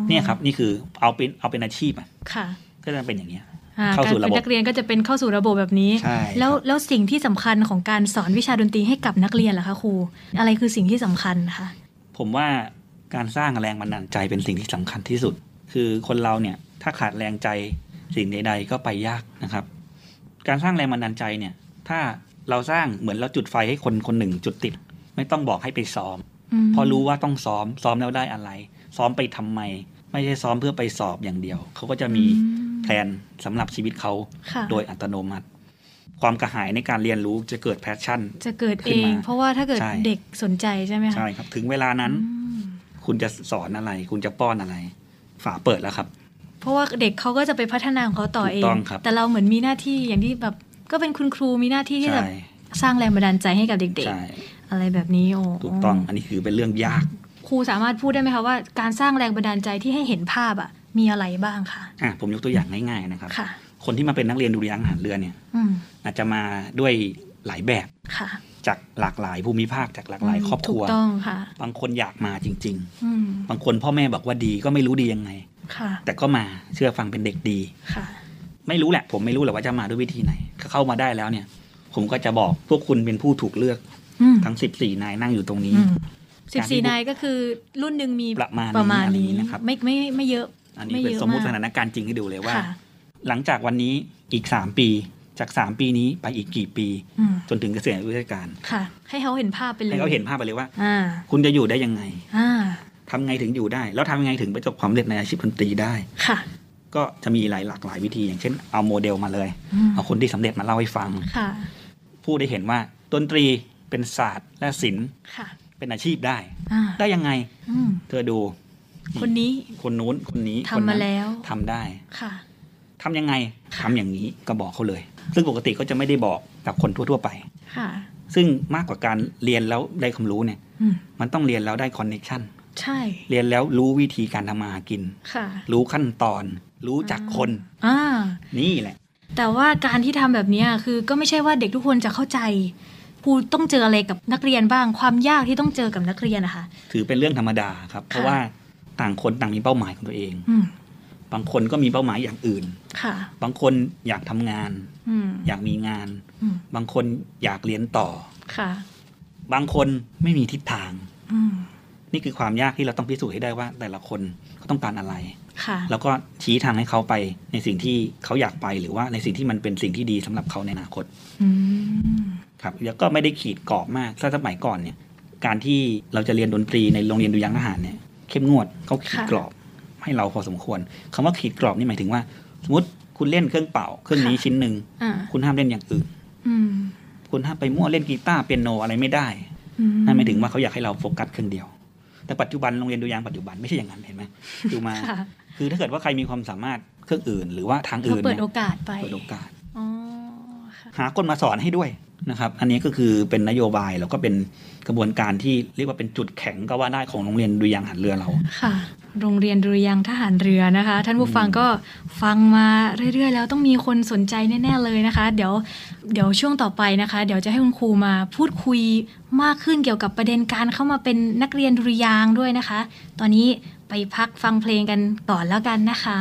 เนี่ยครับนี่คือเอาเป็นเอาเป็นอาชีพอ่ะ
ค่ะ
ก็จะเป็นอย่างเนี้ย
อ่
เข้าสู่
กร
ระบบ
เป็นนักเรียนก็จะเป็นเข้าสู่ระบบแบบนี้
ใช่ครับ
แล้วแล้วสิ่งที่สำคัญของการสอนวิชาดนตรีให้กับนักเรียนล่ะคะครู อะไรคือสิ่งที่สำคัญคะ
ผมว่าการสร้างแรงบันดาลใจเป็นสิ่งที่สำคัญที่สุด คือคนเราเนี่ยถ้าขาดแรงใจสิ่งใด ๆ ก็ไปยากนะครับ การสร้างแรงบันดาลใจเนี่ย ถ้าเราสร้างเหมือนเราจุดไฟให้คนคนหนึ่งจุดติด ไม่ต้องบอกให้ไปซ้อม
ม
พอรู้ว่าต้องซ้อมซ้อมแล้วได้อะไร ซ้อมไปทำไม ไม่ใช่ซ้อมเพื่อไปสอบอย่างเดียว เขาก็จะมี
อื
แผนสำหรับชีวิตเขา
ค่ะ
โดยอัตโนมัติ ความกระหายในการเรียนรู้จะเกิดแพชชั่น
จะเกิด
ขึ้
เอน
มาง
เพราะว่าถ้าเกิด
ใช่
เด็กสนใจใช่ไหมคะ
ใช่ครับ ถึงเวลานั้น
อืม
คุณจะสอนอะไร คุณจะป้อนอะไร ฝาเปิดแล้วครับ
เพราะว่าเด็กเขาก็จะไปพัฒนาของเขาต่อเอ
ถูกต้
ง
องครับ
แต่เราเหมือนมีหน้าที่อย่างที่แบบก็เป็นคุณครูมีหน้าที่ที่
ใช่
แบบสร้างแรงบันดาลใจให้กับเด็ก
ใช่
ๆ อะไรแบบนี้โอ้
ถูกต้องอันนี้คือเป็นเรื่องยาก
ครูสามารถพูดได้ไหมคะว่าการสร้างแรงบันดาลใจที่ให้เห็นภาพอะมีอะไรบ้างคะ
อ่ะผมยกตัวอย่างง่ายๆนะครับ
ค่ะ
คนที่มาเป็นนักเรียนดุริยางค์ทหารเรือเนี่ย
อืม
อาจจะมาด้วยหลายแบบ
ค่ะ
จากหลากหลายภูมิภาคจากหลากหลาย
ม
ครอบครัว
ถูกต้องค่ะ
บางคนอยากมาจริง
อืม
ๆ บางคนพ่อแม่บอกว่าดีก็ไม่รู้ดียังไง
ค่ะ
แต่ก็มาเชื่อฟังเป็นเด็กดี
ค่ะ
ไม่รู้แหละ ผมไม่รู้หรอกว่าจะมาด้วยวิธีไหนถ้าเข้ามาได้แล้วเนี่ย ผมก็จะบอกพวกคุณเป็นผู้ถูกเลือก
อืม
ทั้ง 14 นายนั่งอยู่ตรงนี้
อืมสิบ
การที่
สี่นายก็คือรุ่นหนึ่งมี
ประมาณนี้
ประมาณ
อะไรอย่าง
นี้
นี้นะครับ
ไม่ไม่ไม่เยอะ
อันนี้เป็นสมมติสถานการณ์จริงให้ดูเลยว่า
ค่ะ
หลังจากวันนี้อีก 3 ปี จาก 3 ปีนี้ไปอีกกี่ปี
อืม
จนถึงเกษียณอายุราชการ
ค่ะ ให้เขาเห็นภาพไปเลย
ให้เขาเห็นภาพไปเลยว่า
อ่า
คุณจะอยู่ได้ยังไง
อ่า
ทำไงถึงอยู่ได้ แล้วทำยังไงถึงประสบความสำเร็จในอาชีพดนตรีได้
ค่ะ
ก็จะมีหลายหลากหลายวิธีอย่างเช่นเอาโมเดลมาเลย
อืม
เอาคนที่สำเร็จมาเล่าให้ฟัง
ค่ะ
ผู้ได้เห็นว่าดนตรีเป็นศาสตร์ และศิลป์
ค่ะ
เป็นอาชีพได้
อ่า
ได้ยังไง
อืม
เธอดู
คนนี้
คนนู้นคนนี้
ทำมาแล้ว
คนนั้นทำได้
ค่ะ
ทำยังไงทำอย่างนี้ก็บอกเขาเลย ซึ่งปกติก็จะไม่ได้บอกกับคนทั่ว ๆ ไป
ค่ะ
ซึ่งมากกว่าการเรียนแล้วได้ความรู้เนี่ย
อืม
มันต้องเรียนแล้วได้คอนเน็ชัน
ใช่
เรียนแล้วรู้วิธีการทำมาหากิน
ค่ะ
รู้ขั้นตอน รู้จักคน
อ่า
นี่แหละ
แต่ว่าการที่ทำแบบเนี้ยคือก็ไม่ใช่ว่าเด็กทุกคนจะเข้าใจครูต้องเจออะไรกับนักเรียนบ้าง ความยากที่ต้องเจอกับนักเรียนนะคะ
ถือเป็นเรื่องธรรมดาครับ เพราะ
ค่ะ
ว่าต่างคนต่างมีเป้าหมายของตัวเอง
อืม
บางคนก็มีเป้าหมายอย่างอื่น
ค่ะ
บางคนอยากทำงาน
อืม
อยากมีงาน
อืม
บางคนอยากเรียนต่อ
ค่ะ
บางคนไม่มีทิศทาง
อืม
นี่คือความยากที่เราต้องพิสูจน์ให้ได้ว่า แต่ละคนเขาต้องการอะไร
ค่ะ
แล้วก็ชี้ทางให้เขาไปในสิ่งที่เขาอยากไปหรือว่าในสิ่งที่มันเป็นสิ่งที่ดีสำหรับเขาในอนาคต
อืม
ครับแล้วก็ไม่ได้ขีดกรอบมากถ้าสมัยก่อนเนี่ย การที่เราจะเรียนดนตรีในโรงเรียนดุริยางค์ทหารเนี่ย เข้มงวดเขาขีด
ค่ะ
กรอบให้เราพอสมควรคำว่าขีดกรอบนี่หมายถึงว่า สมมติคุณเล่นเครื่องเป่าเครื่องนี้
ค่ะ
ชิ้นหนึ่ง
อ่า
คุณห้ามเล่นอย่างอื่น
อืม
คุณห้ามไปมั่วเล่นกีตาร์เปียโนอะไรไม่ได้
อืม
นั่นหมายถึงว่าเขาอยากให้เราโฟกัสเครื่องเดียว แต่ปัจจุบันโรงเรียนดุริยางค์ปัจจุบันไม่ใช่อย่างนั้นเห็น
[LAUGHS]
ไหมดูมา
ค่ะ
คือถ้าเกิดว่าใครมีความสามารถเครื่องอื่น หรือว่าทาง
เขา
อื่น
เปิ
เนี่
ด
ย
โอกาสไป
เปิดโอกาส
อ๋อค่ะ
หาคนมาสอนให้ด้วยนะครับ อันนี้ก็คือเป็นนโยบายแล้วก็เป็นกระบวนการที่เรียกว่าเป็นจุดแข็งก็ว่าได้ของโรงเรียนดุริยางค์หันเรือเรา
ค่ะ โรงเรียนดุริยางค์ทหารเรือนะคะ ท่านผู้ฟังก็ฟังมาเรื่อยๆ แล้วต้องมีคนสนใจแน่ๆเลยนะคะ เดี๋ยวเดี๋ยวช่วงต่อไปนะคะ เดี๋ยวจะให้คุณครูมาพูดคุยมากขึ้นเกี่ยวกับประเด็นการเข้ามาเป็นนักเรียนดุริยางค์ด้วยนะคะ ตอนนี้ไปพักฟังเพลงกันก่อนแล้วกันนะคะ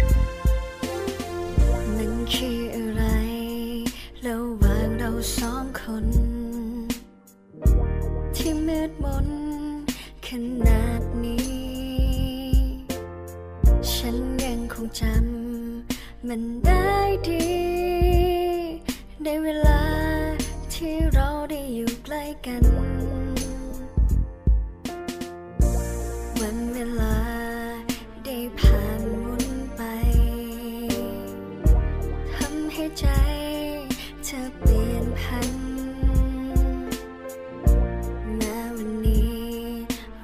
มันคืออะไร ระหว่างเราสองคน ที่มืดมนขนาดนี้ ฉันยังคงจำมันได้ดี ในเวลาที่เราได้อยู่ใกล้กัน วันเวลาได้ผ่านหมุนไป ทำให้ใจเธอเปลี่ยนพันณวันนี้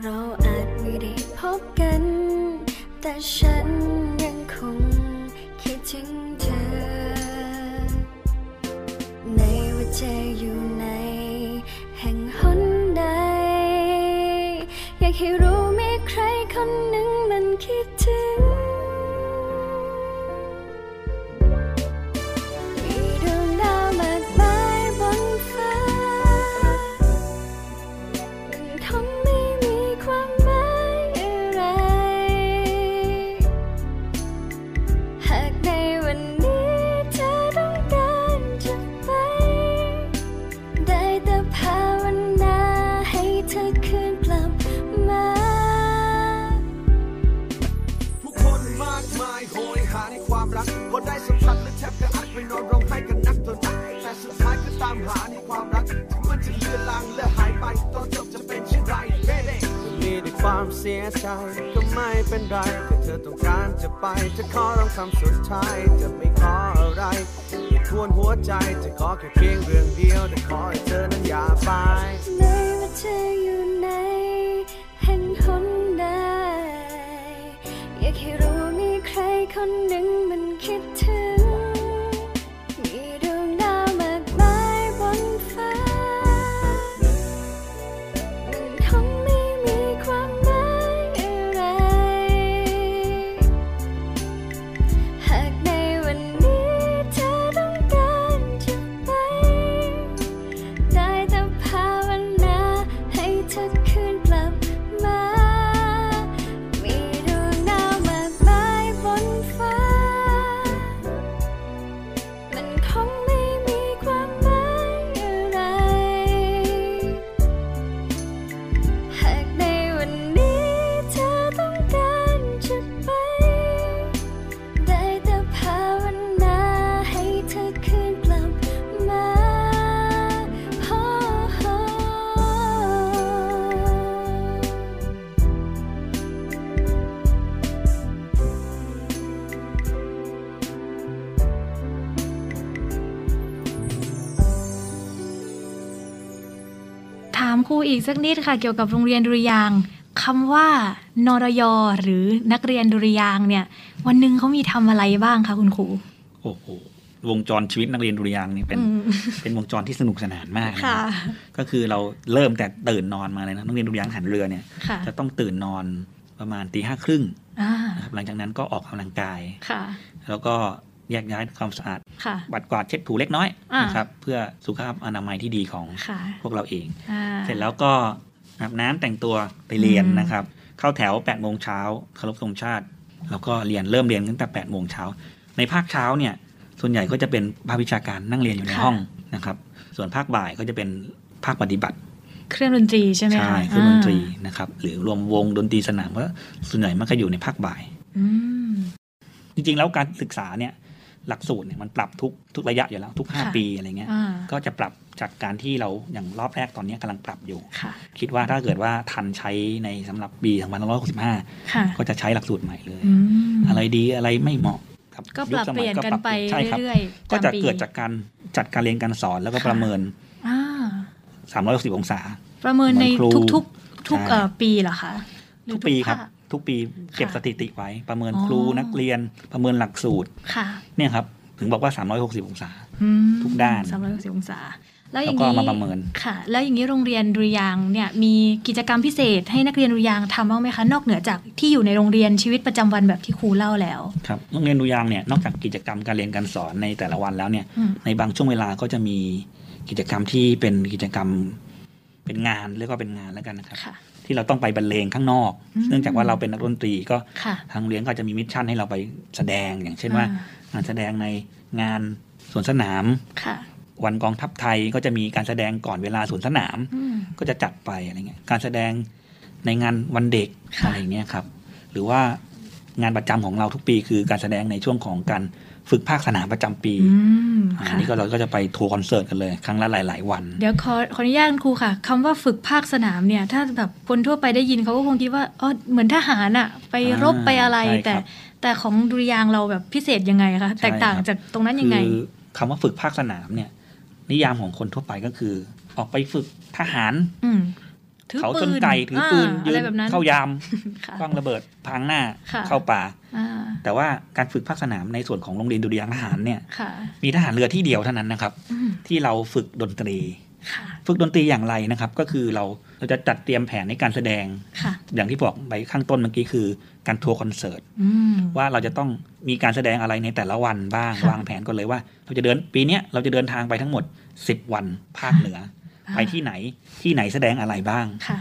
เราอาจไม่ได้พบกัน แต่ฉันยังคงคิดถึงเธอ ในว่าเธออยู่ใน แห่งหนใด อยากให้รู้มีใครคนหนึ่งมันคิดถึง มีดวงดาวมากมายบนฟ้า มันคงไม่มีความหมายอะไร หากในวันนี้เธอต้องการจะไป ได้แต่ภาวนาให้เธอคืนกลับมา
ผู้คนมากมายโหยหาในความรักพอได้สัมผัสและแทบกระอักไปนอนร้องไห้กันนักต่อนักแต่สุดท้ายก็ตามหาในความรักถึงมันจะเลือนลางและหายไปตอนจบจะเป็นเช่นไรเฮ้มีแต่ความเสียใจก็ไม่เป็นไรถ้าเธอต้องการจะไปจะขอร้องคำสุดท้ายจะไม่ขออะไรอย่าทวนหัวใจจะขอแค่เพียงเรื่องเดียวแต่ขอให้เธอนั้นอย่าไป
ในว่าเธออยู่ในแห่งคนใดอยากให้รู้มีใครคนหนึ่งมันคิดถึง มีดวงดาวมากมายบนฟ้า มันคงไม่มีความหมายอะไร หากในวันนี้
ามครูอีกสักนิดค่ะ เกี่ยวกับโรงเรียนดุริยางค์คำว่านรยหรือนักเรียนดุริยางค์เนี่ย วันหนึ่งเขามีทำอะไรบ้างคะคุณครู
โอ้โหวงจรชีวิตนักเรียนดุริยางค์นี่เป็น
อืม
เป็นวงจรที่สนุกสนานมากนะ
ค่ะ
ก็คือเราเริ่มแต่ตื่นนอนมาเลยนะนักเรียนดุริยางค์หันเรือเนี่ย
ค่ะ
จะต้องตื่นนอนประมาณตีห้าครึ่ง
อ่า
นะครับหลังจากนั้นก็ออกกำลังกาย
ค่ะ
แล้วก็แยกย้ายความสะอาด
ค่ะ
บัดกวาดเช็ดถูเล็กน้อย
อ่าน
นะครับเพื่อสุขภาพอนามัยที่ดีของ
ค่ะ
พวกเราเอง
อ่า
เสร็จแล้วก็อาบน้ำแต่งตัวไปเรียน
อืม
นะครับ เข้าแถว8ปดโมงเช้าเคารพธงชาติ แล้วก็เรียนเริ่มเรียนตั้งแต่8ปดโมงเช้าในภาคเช้าเนี่ยส่วนใหญ่ก็จะเป็นภาควิชาการนั่งเรียนอยู่ในห้องนะครับ ส่วนภาคบ่ายก็จะเป็นภาคปฏิบัติ
เครื่องดนตรีใช่ไหมคะ
ใช่คือดนตรี
า
นะครับหรือรวมวงดนตรีสนามก็ส่วนใหญ่มันก็อยู่ในภาคบ่าย
อืม
จริงๆ แล้วการศึกษาเนี่ยหลักสูตรเนี่ยมันปรับทุกทุกระยะอยู่แล้วทุก
ค่ะ
5 ปีอะไรเงี้ย
อ่า
ก็จะปรับจากการที่เราอย่างรอบแรกตอนเนี้ยกำลังปรับอยู่
ค่ะ
คิดว่าถ้าเกิดว่าทันใช้ในสำหรับปี2565
ค่ะ
ก็จะใช้หลักสูตรใหม่เลย
อืม
อะไรดีอะไรไม่เหมาะกับ
ก็ปรับ
คสมั
เปลี่ยนกันไป
ใช่ครับ
เรื่อยๆ
ก็จะ
ตามปี
เกิดจากการจัดการเรียนการสอนแล้วก็
ค่ะ
ประเมิน
อ่า
360 องศา
ประเมินใน
เหมือนครู
ทุกๆ ทุก
ใช่
เอ่อปีเหรอคะหอ
ทุกปีครับ
ภา
ทุกปีเก็บ
ค่ะ
สถิติไว้ประเมิน
อ๋อ
ครูนักเรียนประเมินหลักสูตร
ค่ะ
เนี่ยครับถึงบอกว่า 360 องศา
อืม
ทุกด้าน
สามร้อยหกสิบองศา แล้วอ
แล้
ย่าวง
ก็
นี้
มาประเมิน
ค่ะ แล้วอย่างนี้โรงเรียนดุริยางค์เนี่ยมีกิจกรรมพิเศษให้นักเรียนดุริยางค์ทำบ้างไหมคะ นอกเหนือจากที่อยู่ในโรงเรียนชีวิตประจำวันแบบที่ครูเล่าแล้ว
ครับโรงเรียนดูยางเนี่ยนอกจากกิจกรรมการเรียนการสอนในแต่ละวันแล้วเนี่ย
อืม
ในบางช่วงเวลาก็จะมีกิจกรรมที่เป็นกิจกรรมเป็นงานเรียกว่าเป็นงานแล้วกันนะครับ
ค่ะ
ที่เราต้องไปบรรเลงข้างนอก
อืม
เนื่องจากว่าเราเป็นนักดนตรีก็
ค่ะ
ทางโรงเรียนก็อาจจะมีมิชชั่นให้เราไปแสดง อย่างเช่น
อ่า
ว่างานแสดงในงานสวนสนาม
ค่ะ
วันกองทัพไทยก็จะมีการแสดงก่อนเวลาสวนสนาม
อืม
ก็จะจัดไปอะไรเงี้ย การแสดงในงานวันเด็ก
ค่ะ
อะไรเงี้ยครับ หรือว่างานประจำของเราทุกปี คือการแสดงในช่วงของการฝึกภาคสนามประจำปี
อืม
อ่า
ค่ะ
อันนี้ก็เราก็จะไปทัวร์คอนเสิร์ตกันเลย ครั้งละหลาย ๆ วัน
เดี๋ยวขอขออนุญาตคุณครูค่ะคำว่าฝึกภาคสนามเนี่ย ถ้าแบบคนทั่วไปได้ยินเขาก็คงคิดว่าอ๋อเหมือนทหารอะไปรบ
อ่า
ไปอะไร
ใช่ครับ
แต่แต่ของดุริยางค์เราแบบพิเศษยังไงคะแตกต่าง
ครับ
จากตรงนั้นยังไง
คือคำว่าฝึกภาคสนามเนี่ยนิยามของคนทั่วไปก็คือ ออกไปฝึกทหาร
อืมถือ
เขา
ปื
ชน
น
ไก่ถือปืน
อ่า
ยื
อะไร
น
แบบนั้น
เข้ายาม
ค่ะ
คว้างระเบิดพางหน้า
ค่ะ
เข้าป่า
อ่า
แต่ว่าการฝึกภาคสนามในส่วนของโรงเรียนดุริยางค์ทหารเนี่ย
ค่ะ
มีทหารเรือที่เดียวเท่านั้นนะครับ
อืม
ที่เราฝึกดนตรี
ค่ะ
ฝึกดนตรีอย่างไรนะครับ ก็คือเราเราจะจัดเตรียมแผนในการแสดง
ค่ะ
อย่างที่บอกไปข้างต้นเมื่อกี้คือการทัวร์คอนเสิร์ต
อืม
ว่าเราจะต้องมีการแสดงอะไรในแต่ละวันบ้าง
ค่ะ
วางแผนก่อนเลยว่า เราจะเดินปีเนี้ยเราจะเดินทางไปทั้งหมด 10 วันภาคเหนือ ไปที่ไหนที่ไหนแสดงอะไรบ้าง
ค่ะ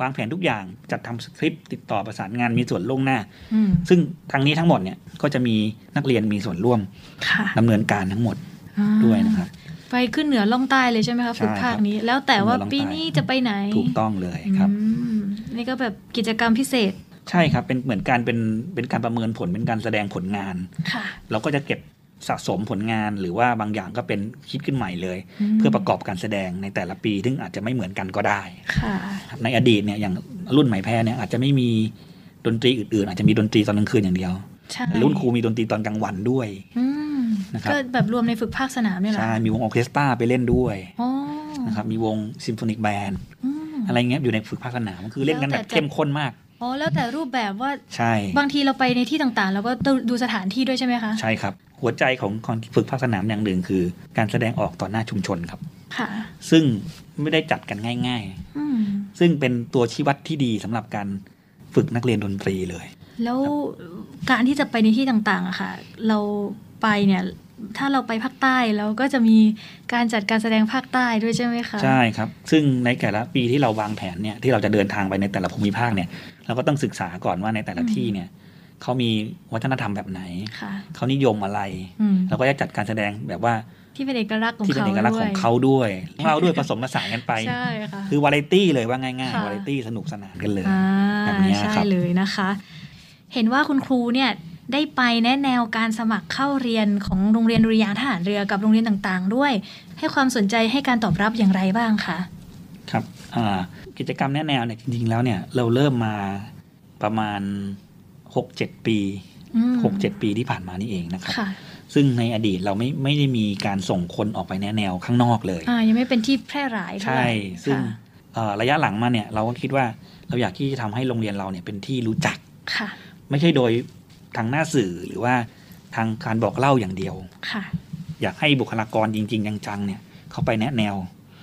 วางแผนทุกอย่างจัดทำสคริปต์ติดต่อประสานงานมีส่วนล่วงหน้า
อืม
ซึ่งทางนี้ทั้งหมดเนี่ยก็จะมีนักเรียนมีส่วนร่วม
ค่ะ
ดำเนินการทั้งหมด
อ่า
ด้วยนะครับ
ไปขึ้นเหนือล่องใต้เลยใช่ไหมคะฝึก
ใช่
ภาค
ครับ
นี้ แล้วแต่ว่า
ขึ้นเหนือล่องใต้
ปีนี้จะไปไหน
ถูกต้องเลยครับ
อืมนี่ก็แบบกิจกรรมพิเศษ
ใช่ครับ เป็นเหมือนการเป็นเป็นการประเมินผลเป็นการแสดงผลงาน
ค่ะ
เราก็จะเก็บสะสมผลงานหรือว่าบางอย่างก็เป็นคิดขึ้นใหม่เลย
ม
เพื่อประกอบการแสดงในแต่ละปี ซึ่งอาจจะไม่เหมือนกันก็ได้
ค่ะ
ครับในอดีตเนี่ยอย่างรุ่นไหมแพรเนี่ยอาจจะไม่มีดนตรีอื่นๆ อาจจะมีดนตรีตอนกลางคืนอย่างเดียว
ใช่
แต่รุ่นครูมีดนตรีตอนกลางวันด้วย
อืม
นะครับ
ก็แบบรวมในฝึกภาคสนามเนี่ยเหรอ
ใช่มีวงออร์เคสตราไปเล่นด้วย
โอ้
นะครับมีวงซิมโฟนิกแบนด์
อืม
อะไรเงี้ยอยู่ในฝึกภาคสนามก็คือเล่นกัน
แล้
แบบ
วแต่
เข้มข้นมาก
อ๋อแล้วแต่รูปแบบว่า
ใช่
บางทีเราไปในที่ต่างๆ แล้วก็ดูดูสถานที่ด้วยใช่ไหมคะ
ใช่ครับ หัวใจของของฝึกภาคสนามอย่างหนึ่งคือ การแสดงออกต่อหน้าชุมชนครับ
ค่ะ
ซึ่งไม่ได้จัดกันง่าย
อืม
ๆ ซึ่งเป็นตัวชี้วัดที่ดีสำหรับการฝึกนักเรียนดนตรีเลย
แล้วการที่จะไปในที่ต่างๆอะค่ะ เราไปเนี่ยถ้าเราไปภาคใต้เราก็จะมีการจัดการแสดงภาคใต้ด้วยใช่ไหมคะ
ใช่ครับ ซึ่งในแต่ละปีที่เราวางแผนเนี่ยที่เราจะเดินทางไปในแต่ละภูมิภาคเนี่ย เราก็ต้องศึกษาก่อนว่าในแต่ละที่เนี่ยเขามีวัฒนธรรมแบบไหน
ค่ะ
เขานิยมอะไร
อืม
เราก็จะจัดการแสดงแบบว่า
ที่เป็นเอกลักษณ์ของ
ที่เป็น
เขา
เอกลักษณ์
ด้
ข
ว
อย งเขาด้วยของเราด้วยผสมผสานกันไป
ใช่ค่ะ
คือวาไรตี้เลยว่าง่ายๆ
ค่ะ
วาไรตี้สนุกสนานกันเลย
อ่า
แบบเนี้ย
ใช่
ครับ
เลยนะคะ เห็นว่าคุณครูเนี่ยได้ไปแนะแนวการสมัครเข้าเรียนของโรงเรียนดุริยางค์ทหารเรือกับโรงเรียนต่างๆ ด้วย ให้ความสนใจให้การตอบรับอย่างไรบ้างคะ
ครับอ่ากิจกรรมแนะแนวเนี่ยจริงๆแล้วเนี่ยเราเริ่มมาประมาณ 6-7 ปี
อืม
6-7 ปีที่ผ่านมานี่เองนะครับ
ค่ะ
ซึ่งในอดีตเราไม่ไม่ได้มีการส่งคนออกไปแนะแนวข้างนอกเลย
อ่ายังไม่เป็นที่แพร่หลายเท่า
ใช่
ไหร่
ซึ่ง
ค่ะ
เอ่อระยะหลังมาเนี่ยเราก็คิดว่าเราอยากที่จะทำให้โรงเรียนเราเนี่ยเป็นที่รู้จัก
ค่ะ
ไม่ใช่โดยทางหน้าสื่อหรือว่าทางการบอกเล่าอย่างเดียว
ค่ะ
อยากให้บุคลากรจริง ๆ จังๆเนี่ยเข้าไปแนะแนว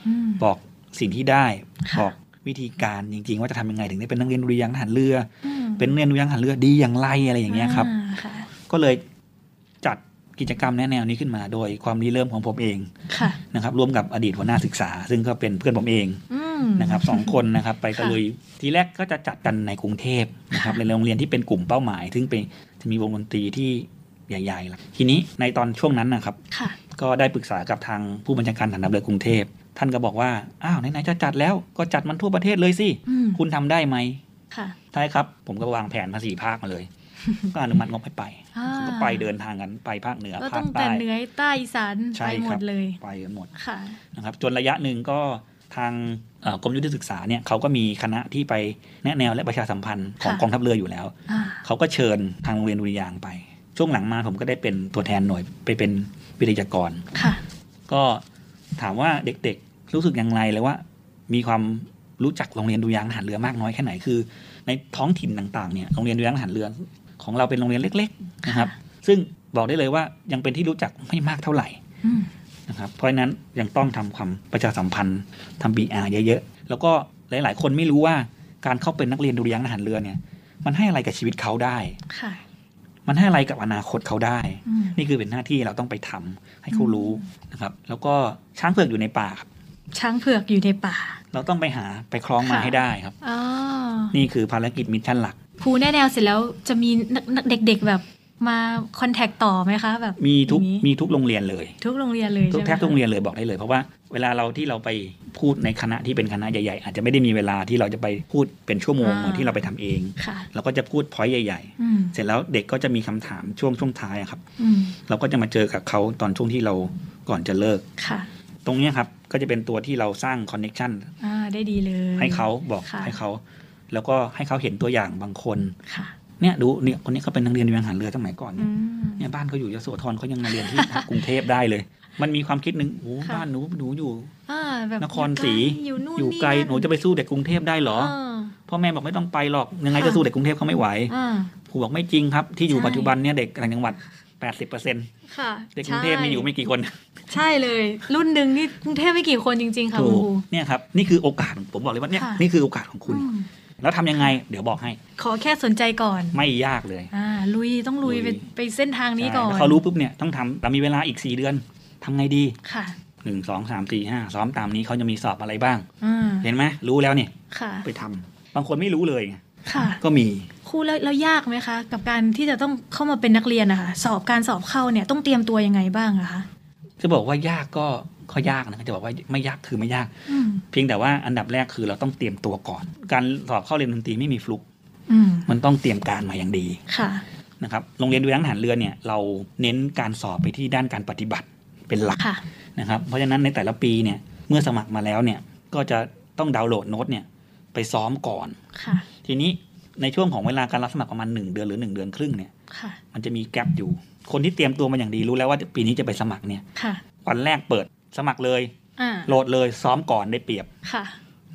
อืม
บอกสิ่งที่ได้
ค่ะ
บอกวิธีการจริง ๆ ว่าจะทำยังไงถึงได้เป็นนักเรียนดุริยางค์ทหารเรือ
อืม
เป็นนักเรียนดุริยางค์ทหารเรือดีอย่างไรอะไรอย่างเงี้ยครับ
อ่าค่ะ
ก็เลยจัดกิจกรรมแนะแนวนี้ขึ้นมา โดยความริเริ่มของผมเอง
ค่ะ
นะครับ ร่วมกับอดีตหัวหน้าศึกษา ซึ่งก็เป็นเพื่อนผมเอง
อืม
นะครับสองคนนะครับ ไปตะ
ค่ะ
ลุยทีแรกก็จะจัดกันในกรุงเทพนะครับ
ค่ะ
ในโรงเรียนที่เป็นกลุ่มเป้าหมาย ซึ่งเป็นจะมีวงดนตรีที่ใหญ่ๆละทีนี้ในตอนช่วงนั้นนะครับ
ค่ะ
ก็ได้ปรึกษากับทางผู้บัญชาการฐานทัพเรือกรุงเทพ ท่านก็บอกว่า อ้าวไหนๆจะจัดแล้วก็จัดมันทั่วประเทศเลยสิ
อืม
คุณทำได้ไหม
ค่ะ
ได้ครับ ผมก็วางแผนมาสี่ภาคมา
[LAUGHS]
เลย ก็อนุมัติงบให้ไป
อ่า
ก็ไปเดินทางกันไปภาคเหนือ
ก็
ภา
ตั้
ค
งแต่
ใต้
เหนือใต้อีสาน
ใช่
ไปหม
ครั
ด
บ
เลย
ไปกันหมด
ค่ะ
นะครับ จนระยะหนึ่งก็ทางเอ่อกรมยุทธศึกษาเนี่ยเขาก็มีคณะที่ไปแนะแนวและประชาสัมพันธ์ของ
ค่ะ
กองทัพเรืออยู่แล้ว
อ่า
เขาก็เชิญทางโรงเรียนดุริยางค์ไป ช่วงหลังมาผมก็ได้เป็นตัวแทนหน่วยไปเป็นวิทยากร
ค่ะ
ก็ถามว่าเด็กๆรู้สึกอย่างไรเลยว่า มีความรู้จักโรงเรียนดูยางทหารเรือมากน้อยแค่ไหนคือ ในท้องถิ่นต่างๆเนี่ยโรงเรียนดูยางทหารเรือ ของเราเป็นโรงเรียนเล็กๆนะครับ ซึ่งบอกได้เลยว่ายังเป็นที่รู้จักไม่มากเท่าไหร่
อืม
นะครับ เพราะฉะนั้นยังต้องทำความประชาสัมพันธ์ทำ PR เยอะๆแล้วก็หลายๆ คนไม่รู้ว่าการเข้าเป็นนักเรียนดูยางทหารเรือเนี่ยมันให้อะไรกับชีวิตเขาได้
ค่ะ
มันให้อะไรกับอนาคตเขาได้
อืม
นี่คือเป็นหน้าที่เราต้องไปทำให้เขารู้นะครับ แล้วก็ช้างเผือกอยู่ในป่าครับ
ช้างเผือกอยู่ในป่า
เราต้องไปหาไปคล้องมา
ค่ะ
ให้ได้ครับ
อ๋อ
นี่คือภารกิจมิชชั่นหลัก
ภูแนะแนวเสร็จแล้วจะมีนักนักเด็กๆแบบมาคอนแทคต่อไหมคะแบบ
มีทุก
อย่างนี้
มีทุกโรงเรียนเลย
ทุกโรงเรียนเลย
ทุ
ใช่
ก
ไหม
แทบทุกโรงเรียนเลยบอกได้เลย เพราะว่าเวลาเราที่เราไปพูดในคณะที่เป็นคณะใหญ่ๆ อาจจะไม่ได้มีเวลาที่เราจะไปพูดเป็นชั่วโมงเหมือนที่เราไปทำเอง
ค่ะ
เราก็จะพูดพอยต์ใหญ่
อืม
ๆ เสร็จแล้วเด็กก็จะมีคำถามช่วงช่วงท้ายอะครับ
อืม
เราก็จะมาเจอกับเขาตอนช่วงที่เราก่อนจะเลิก
ค่ะ
ตรงเนี้ยครับก็จะเป็นตัวที่เราสร้างคอนเน็ชัน
อ่าได้ดีเลย
ให้เขาบอก
ค่ะ
ให้เขาแล้วก็ให้เขาเห็นตัวอย่างบางคน
ค่ะ
เนี่ยดูเนี่ยคนนี้เขาเป็นนักเรียนวิทยาหารเรือสมัยก่อน
อื
เนี่ย
ม
เนี่ยบ้านเขาอยู่ยโสธรเขายังมาเรียนที่ กรุงเทพได้เลย มันมีความคิดหนึ่งโอ้
ค่ะ
บ้านหนูหนูอยู่
อ่าแบบ
นครศรี
อยู่นู่น
อยู่ไกลหนูจะไปสู้เด็กกรุงเทพได้เหรอ
อ๋อ
พ่อแม่บอกไม่ต้องไปหรอกยังไงก็
ค่ะ
สู้เด็กกรุงเทพเขาไม่ไหว
อ่า
ครูบอกไม่จริงครับ ที่อยู่
ใช่
ปัจจุบันเนี่ยเด็กต่างจังหวัด 80%
ค่ะ
เด็กกรุงเทพนี่อยู่ไม่กี่คน
ใช่เลย รุ่นหนึ่งนี่กรุงเทพไม่กี่คนจริง ๆ ค่ะ
ถู
คุณ
ก
ครู
เนี่ยครับนี่คือโอกาสผมบอกเลยว่าเนี่ย
ค่ะ
นี่คือโอกาสของคุณ
อืม
แล้วทำยังไง เดี๋ยวบอกให้
ขอแค่สนใจก่อน
ไม่ยากเลย
อ่าลุยต้องลุยไป
ลุย
ไปเส้นทางนี้
ใช่
ก่อน
แล้วเขารู้ปุ๊บเนี่ยต้องทำเรามีเวลาอีก 4 เดือนทำไงดี
ค่ะ
หนึ่งสองสามสี่ห้าซ้อมตามนี้เขาจะมีสอบอะไรบ้าง
อ่า
เห็นไหมรู้แล้วเนี่ย
ค่ะ
ไปทำบางคนไม่รู้เลยไง
ค่ะ
ก็มี
ครูแล้วแล้วยากไหมคะ กับการที่จะต้องเข้ามาเป็นนักเรียนนะคะสอบการสอบเข้าเนี่ยต้องเตรียมตัวยังไงบ้างอะคะ
จะบอกว่ายากก็ก็ยากนะจะบอกว่าไม่ยากคือไม่ยาก
อืม
เพียงแต่ว่าอันดับแรกคือเราต้องเตรียมตัวก่อน การสอบเข้าเรียนดนตรีไม่มีฟลุก
อืม
มันต้องเตรียมการมาอย่างดี
ค่ะ
นะครับโรงเรียนดูแลทหารเรือเนี่ยเราเน้นการสอบไปที่ด้านการปฏิบัติเป็นหลัก
ค่ะ
นะครับเพราะฉะนั้นในแต่ละปีเนี่ยเมื่อสมัครมาแล้วเนี่ยก็จะต้องดาวน์โหลดโน้ตเนี่ยไปซ้อมก่อน
ค่ะ
ทีนี้ในช่วงของเวลาการรับสมัครประมาณ 1 เดือนหรือ 1 เดือนครึ่งเนี่ย
ค่ะ
มันจะมีแกลบอยู่ คนที่เตรียมตัวมาอย่างดีรู้แล้วว่าปีนี้จะไปสมัครเนี่ย
ค่ะ
วันแรกเปิดสมัครเลย
อ่า
โหลดเลยซ้อมก่อนได้เปรียบ
ค่ะ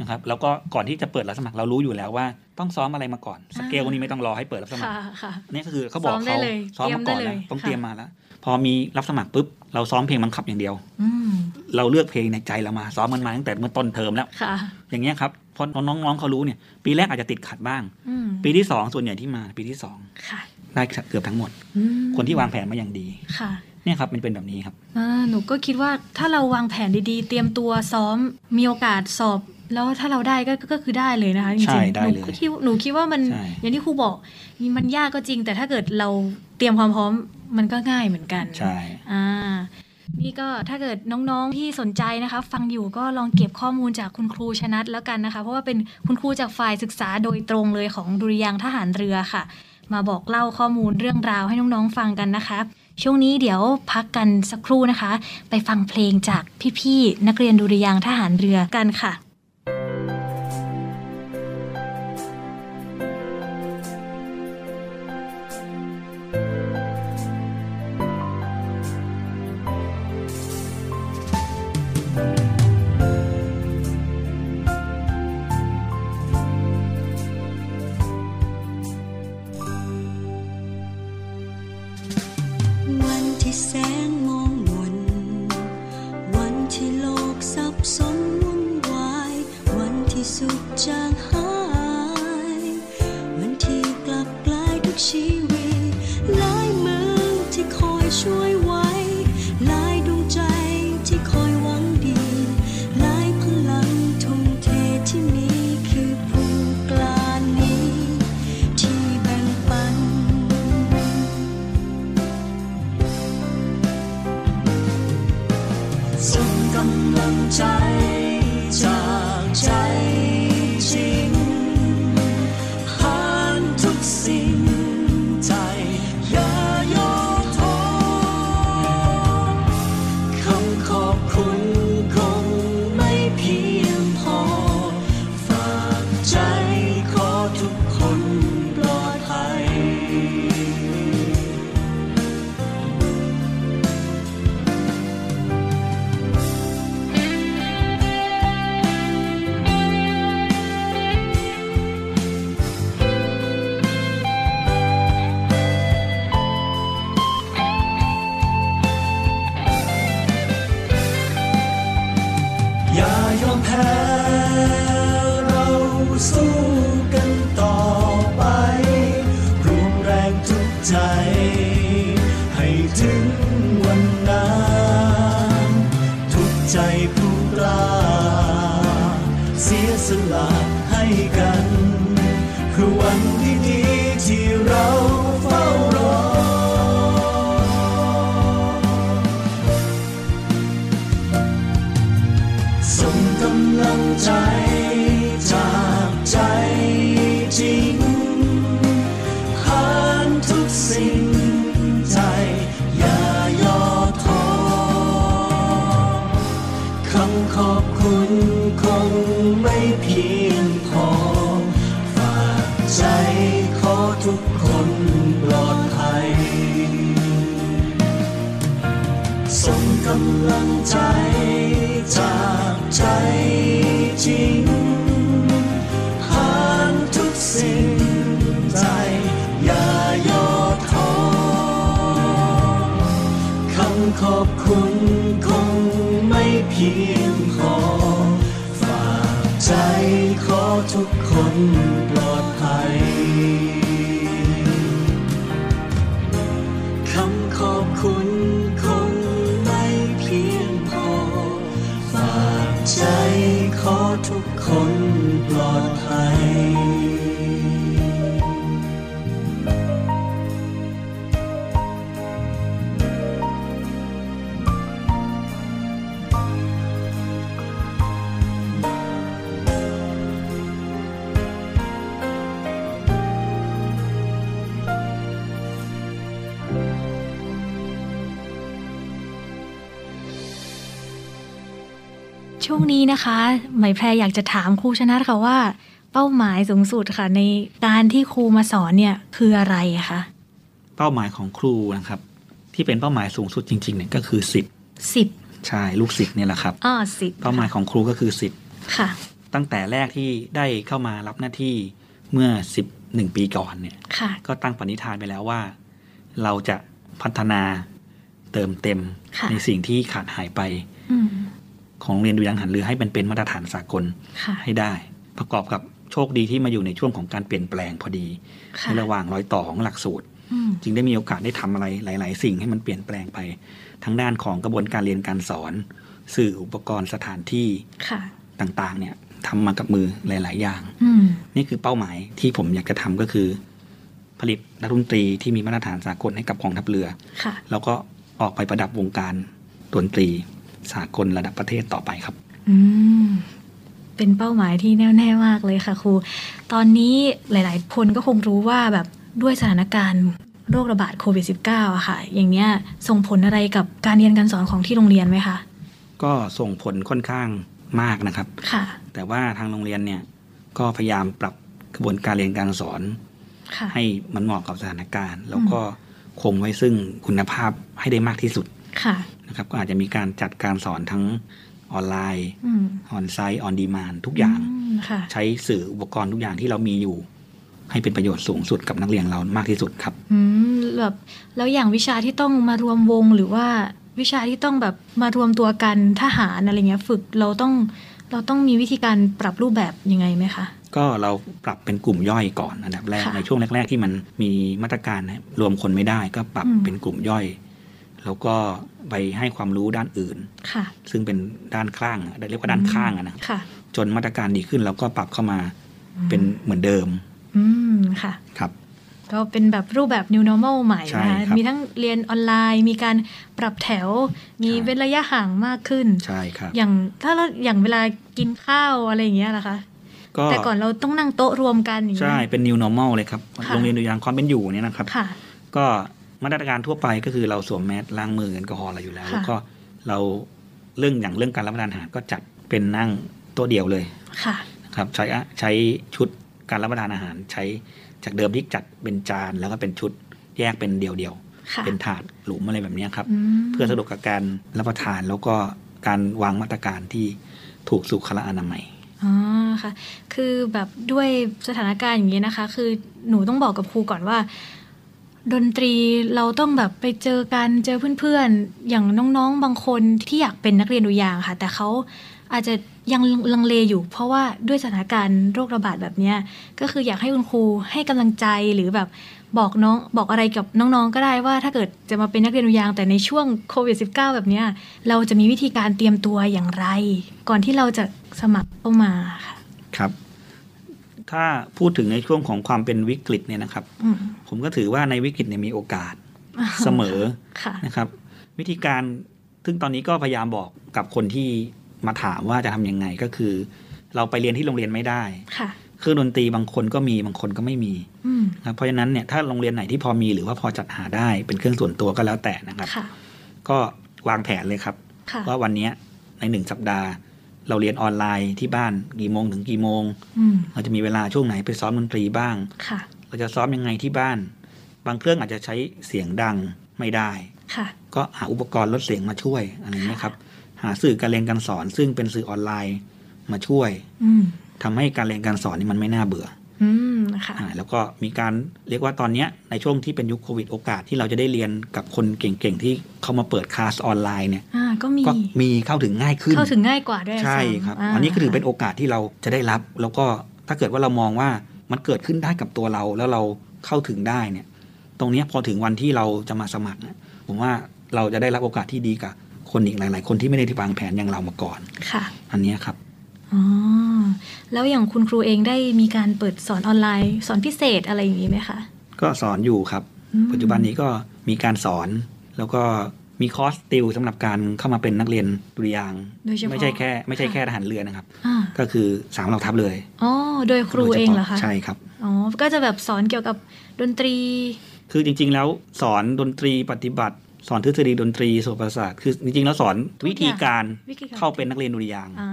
นะครับแล้วก็ก่อนที่จะเปิดรับสมัครเรารู้อยู่แล้วว่าต้องซ้อมอะไรมาก่อนสเกลนี้ไม่ต้องรอให้เปิดรับสมัค
ค่ะ
ร
ค่ะ
นี่ก็คือเขาบอก
ซ้อมได้
เขา
เลย
ซ้อมมาก่อนแล้ว
เตรียมได้เลย
ต้อง
ค่ะ
เตรียมมาแล้ว พอมีรับสมัครปุ๊บเราซ้อมเพลงบังคับอย่างเดียว
อืม
เราเลือกเพลงในใจเรามาซ้อมมันมาตั้งแต่เมื่อต้นเทอมแล้ว
ค่ะ
อย่างเงี้ยครับพอน้องๆเขารู้เนี่ย ปีแรกอาจจะติดขัดบ้าง
อืม
ปีที่สองส่วนใหญ่ที่มา ปีที่สอง
ค่ะ
ได้เกือบทั้งหมด
อืม
คนที่วางแผนมาอย่างดี
ค่ะ
เนี่ยครับมันเป็นแบบนี้ครับ
อ่าหนูก็คิดว่าถ้าเราวางแผนดีๆ เตรียมตัวซ้อมมีโอกาสสอบ แล้วถ้าเราได้ก็ก็คือได้เลยนะคะจ
ใช่
ริงๆ
ได้
หนู
เลย
คิดหนูคิดว่ามัน
ใช่
อย่างที่ครูบอกมันยากก็จริง แต่ถ้าเกิดเราเตรียมความพร้อมมันก็ง่ายเหมือนกัน
ใช่
อ่า นี่ก็ถ้าเกิดน้องๆที่สนใจนะคะ ฟังอยู่ก็ลองเก็บข้อมูลจากคุณครูชนัทแล้วกันนะคะ เพราะว่าเป็นคุณครูจากฝ่ายศึกษาโดยตรงเลยของดุริยางค์ทหารเรือค่ะ มาบอกเล่าข้อมูลเรื่องราวให้น้องๆฟังกันนะคะ ช่วงนี้เดี๋ยวพักกันสักครู่นะคะ ไปฟังเพลงจากพี่ๆนักเรียนดุริยางค์ทหารเรือกันค่ะ
เ
ใจจากใจจริงผ่านทุกสิ่งใจอย่าย่อท้อคำขอบคุณคงไม่เพียงพอ ฝากใจขอทุกคนปลอดภัย อย่ายอมแพ้เราสู้กันต่อไป รวมแรงทุกใจ ให้ถึงวันนั้นทุกใจผู้กล้าเสียสละให้กันคือวันที่ดีๆที่เราเฝ้ารอ ส่งกำลังใจจากใจจริงผ่านทุกสิ่งใจ อย่าย่อท้อคำขอบคุณคงไม่เพียงพอ ฝากใจขอทุกคนปลอดภัย ส่งกำลังใจจากใจจริงผ่านทุกสิ่งใจ อย่าย่อท้อคำขอบคุณคงไม่เพียงพอ ฝากใจขอทุกคนปลอดภัย คำขอบคุณคงไม่เพียงพอ ฝากใจขอทุกคนปลอดภัย
ช่วงนี้นะคะไหมแพรอยากจะถามครูชนะค่ะว่า เป้าหมายสูงสุดค่ะ ในการที่ครูมาสอนเนี่ยคืออะไรคะ
เป้าหมายของครูนะครับ ที่เป็นเป้าหมายสูงสุดจริงๆเนี่ยก็คือสิบ
สิบ
ใช่ลูกศิษย์เนี่ยแหละครับ
อ้อสิบ
เป้าหมายของครูก็คือสิบ
ค่ะ
ตั้งแต่แรกที่ได้เข้ามารับหน้าที่เมื่อสิบหนึ่งปีก่อนเนี่ย
ค่ะ
ก็ตั้งปณิธานไปแล้วว่า เราจะพัฒนาเติมเต็ม
ค่ะ
ในสิ่งที่ขาดหายไป
อืม
ของโรงเรียนดูยังหันเรือให้มันเป็นมาตรฐานสากล
ค่ะ
ให้ได้ ประกอบกับโชคดีที่มาอยู่ในช่วงของการเปลี่ยนแปลงพอดี
ค่ะ
ในระหว่างรอยต่อของหลักสูตร
อืม
จึงได้มีโอกาสได้ทำอะไรหลาย ๆ สิ่งให้มันเปลี่ยนแปลงไปทั้งด้านของกระบวนการเรียนการสอน สื่ออุปกรณ์สถานที่
ค่ะ
ต่าง ๆ เนี่ยทำมากับมือหลาย ๆ อย่าง
อืม
นี่คือเป้าหมายที่ผมอยากจะทำก็คือ ผลิตนักดนตรีที่มีมาตรฐานสากลให้กับกองทัพเรือ
ค่ะ
แล้วก็ออกไปประดับวงการดนตรีสากลระดับประเทศต่อไปครับ
อืม เป็นเป้าหมายที่แน่วแน่มากเลยค่ะครู ตอนนี้หลาย ๆ คนก็คงรู้ว่าแบบด้วยสถานการณ์โรคระบาดโควิด -19 อะค่ะ อย่างเนี้ยส่งผลอะไรกับการเรียนการสอนของที่โรงเรียนไหมคะ
ก็ส่งผลค่อนข้างมากนะครับ
ค่ะ
แต่ว่าทางโรงเรียนเนี่ยก็พยายามปรับกระบวนการเรียนการสอน
ค่ะ
ให้มันเหมาะกับสถานการณ์ แล้วก็คงไว้ซึ่งคุณภาพให้ได้มากที่สุด
ค่ะ
นะครับ ก็อาจจะมีการจัดการสอนทั้งออนไลน์
อืม
ออนไซต์ออนดีมานทุกอย่าง
มค่ะ
ใช้สื่ออุปกรณ์ทุกอย่างที่เรามีอยู่ ให้เป็นประโยชน์สูงสุดกับนักเรียนเรามากที่สุดครับ
อืมแบบแล้วอย่างวิชาที่ต้องมารวมวงหรือว่าวิชาที่ต้องแบบมารวมตัวกันทหารอะไรเงี้ย ฝึกเราต้องเราต้องมีวิธีการปรับรูปแบบยังไงไหมคะ
ก็เราปรับเป็นกลุ่มย่อยก่อนอันดับแรก
ค่ะ
ในช่วงแรก ๆ ที่มันมีมาตรการนะรวมคนไม่ได้ก็ปรับ
อืม
เป็นกลุ่มย่อย แล้วก็ไปให้ความรู้ด้านอื่น
ค่ะ
ซึ่งเป็นด้านข้างอะเรียกว่าด้านข้างอะนะ
ค่ะ
จนมาตรการดีขึ้นเราก็ปรับเข้ามาเป็นเหมือนเดิม
อืมค่ะ
ครับ
ก็เป็นแบบรูปแบบ new normal ใหม่
ใช่
นะคะ
ครับ
มีทั้งเรียนออนไลน์ มีการปรับแถว มี
ใช่
เว้นระยะห่างมากขึ้น
ใช่ครับ
อย่างถ้าเราอย่างเวลากินข้าวอะไรอย่างเงี้ยนะคะ
ก็
แต่ก่อนเราต้องนั่งโต๊ะรวมกันอย่างเงี้
ใช่
ย
เป็น new normal เลยครับ
ค่ะ
โรงเรียนตัวอย่างความเป็นอยู่เนี่ยนะครับ
ค่ะ
ก็มาตรการทั่วไปก็คือเราสวมแมสล้างมือแอลกอฮอล์อะไรอยู่แล้ว
ค่ะ
แล้วก็เราเรื่องอย่างเรื่องการรับประทานอาหารก็จัดเป็นนั่งโตัวเดียวเลย
ค่ะ
นะครับใช้อะใช้ชุดการรับประทานอาหาร ใช้จากเดิมที่จัดเป็นจานแล้วก็เป็นชุดแยกเป็นเดียว
ค่ะ
ๆเป็นถาดหลุมอะไรแบบเนี้ยครับ
ม
เพื่อสะดวกกับการรับประทานแล้วก็การวางมาตรการที่ถูกสุขละอนามัย
อ๋อค่ะ คือแบบด้วยสถานการณ์อย่างเงี้ยนะคะ คือหนูต้องบอกกับครูก่อนว่า ดนตรีเราต้องแบบไปเจอกันเจอเพื่อนๆ อย่างน้องๆ บางคนที่อยากเป็นนักเรียนดุริยางค์ค่ะ แต่เขาอาจจะยังลังเลอยู่ เพราะว่าด้วยสถานการณ์โรคระบาดแบบเนี้ย ก็คืออยากให้คุณครูให้กำลังใจหรือแบบบอกน้องบอกอะไรกับน้องๆ ก็ได้ว่าถ้าเกิดจะมาเป็นนักเรียนดุริยางค์แต่ในช่วงโควิด -19 แบบเนี้ยเราจะมีวิธีการเตรียมตัวอย่างไร ก่อนที่เราจะสมัครเข้ามาค่ะ
ครับ ถ้าพูดถึงในช่วงของความเป็นวิกฤตเนี่ยนะครับ
อืม
ผมก็ถือว่าในวิกฤตเนี่ยมีโอกาสเสมอ
[LAUGHS] ค่ะ
นะครับวิธีการซึ่งตอนนี้ก็พยายามบอกกับคนที่มาถามว่าจะทำยังไงก็คือ เราไปเรียนที่โรงเรียนไม่ได้
ค่ะ
เครื่องดนตรีบางคนก็มีบางคนก็ไม่มี
อืม
นะครับเพราะฉะนั้นเนี่ยถ้าโรงเรียนไหนที่พอมีหรือว่าพอจัดหาได้เป็นเครื่องส่วนตัวก็แล้วแต่นะครับ
ค่ะ
ก็วางแผนเลยครับ
ค่ะ
ว่าวันเนี้ยในหนึ่งสัปดาห์ เราเรียนออนไลน์ที่บ้านกี่โมงถึงกี่โมง
อืม
เราจะมีเวลาช่วงไหนไปซ้อมดนตรีบ้าง
ค่ะ
เราจะซ้อมยังไงที่บ้าน บางเครื่องอาจจะใช้เสียงดังไม่ได้
ค่ะ
ก็หาอุปกรณ์ลดเสียงมาช่วยอะไรเงี้ยครับ หาสื่อการเรียนการสอน ซึ่งเป็นสื่อออนไลน์มาช่วย
อืม
ทำให้การเรียนการสอนนี่มันไม่น่าเบื่อ
อืมค่ะ
อาแล้วก็มีการเรียกว่าตอนเนี้ยในช่วงที่เป็นยุคโควิดโอกาสที่เราจะได้เรียนกับคนเก่งๆ ที่เขามาเปิดคลาสออนไลน์เนี่ย
อ่าก็มี
ก็มีเข้าถึงง่ายขึ้น
เข้าถึงง่ายกว่าด้วย
ใช่
ซ้ำ
ครับอันนี้ก็ถือเป็นโอกาสที่เราจะได้รับ แล้วก็ถ้าเกิดว่าเรามองว่ามันเกิดขึ้นได้กับตัวเราแล้วเราเข้าถึงได้เนี่ย ตรงเนี้ยพอถึงวันที่เราจะมาสมัครเนี่ยผมว่าเราจะได้รับโอกาสที่ดีกับคนอีกหลาย ๆ คนที่ไม่ได้ที่วางแผนอย่างเรามาก่อน
ค่ะ
อันเนี้ยครับ
อ๋อ แล้วอย่างคุณครูเองได้มีการเปิดสอนออนไลน์ สอนพิเศษอะไรอย่างนี้ไหมคะ
ก็สอนอยู่ครับ
อืม
ปัจจุบันนี้ก็มีการสอนแล้วก็มีคอร์สติวสำหรับการเข้ามาเป็นนักเรียนดุริยางค์
โดยเฉพาะ
ไม่ใช่แค่ไม่ใช่แค่ทหารเรือนะครับ
อ่า
ก็คือสามเหล่าทัพเลย
อ๋อ โดยครูเองเหรอคะ
ใช่ครับ
อ๋อ ก็จะแบบสอนเกี่ยวกับดนตรี
คือจริง ๆ แล้วสอนดนตรีปฏิบัติ สอนทฤษฎีดนตรีโสตประสาทคือจริง ๆ แล้วสอน
ทุกอย่าง
วิธีการ
วิกิ
เข้าเป็นนักเรียนดุริยางค์
อ่า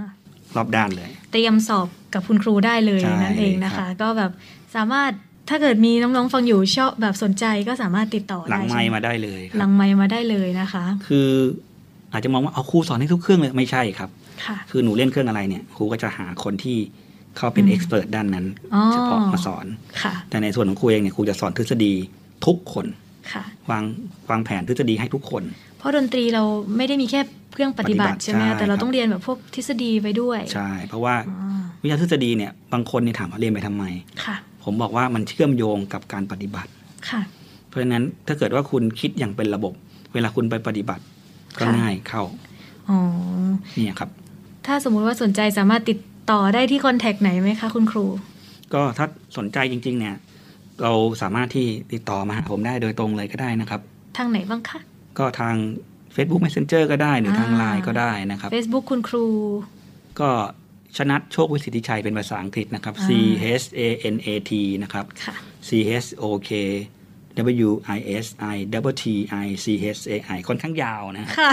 ร
อบด้านเลย
เตรียมสอบกับคุณครูได้เลย
ใช่
นั่นเองนะ
ครั
คะ
บ
ก็แบบสามารถถ้าเกิดมีน้องๆฟังอยู่ชอบแบบสนใจก็สามารถติดต่อ
หลัง
ด้
ไม
ใช่
ค์
ไห
มาได้เลยค
ห
รั
ลั
บ
งไมค์มาได้เลยนะคะ
คืออาจจะมองว่าเอาครูสอนให้ทุกเครื่องเลยไม่ใช่ครับ
ค่ะ
คือหนูเล่นเครื่องอะไรเนี่ยครูก็จะหาคนที่เขาเป็น
อืม
เอ็กซ์เพรสด้านนั้น
อ๋อ
เฉพาะมาสอน
ค่ะ
แต่ในส่วนของครูเองเนี่ยครูจะสอนทฤษฎีทุกคน
ค่ะ
วางวางแผนทฤษฎีให้ทุกคน
เพราะดนตรีเราไม่ได้มีแค่เครื่องปฏิบั
ปฏิบั
ติ
ติ
ใช่ไหม
ใช่
คะแต่เรา
ครับ
ต้องเรียนแบบพวกทฤษฎีไปด้วย
ใช่เพราะว่า
อ๋อ
วิชาทฤษฎีเนี่ยบางคนเนี่ยถามว่าเรียนไปทำไม
ค่ะ
ผมบอกว่ามันเชื่อมโยงกับการปฏิบัติ
ค่ะ
เพราะฉะนั้นถ้าเกิดว่าคุณคิดอย่างเป็นระบบ เวลาคุณไปปฏิบัติก็
ค่ะ
ง่ายเข้า
อ๋อ
เนี่ยครับ
ถ้าสมมุติว่าสนใจสามารถติดต่อได้ที่คอนแทคไหนไหมคะคุณครู
ก็ถ้าสนใจจริง ๆ เนี่ย เราสามารถที่ติดต่อมาหาผมได้โดยตรงเลยก็ได้นะครับ
ทางไหนบ้างคะ
ก็ทาง Facebook Messenger ก็ได้หรือทาง
อ่า
ไลน์ก็ได้นะครับ
Facebook คุณครู
ก็ชนัดโชควิสิทธิชัยเป็นภาษาอังกฤษนะครับ
อ่า
C H A N A T นะครับ
ค่ะ
C H O K W I S I W T I C H A I ค่อนข้างยาวนะ
ค่ะ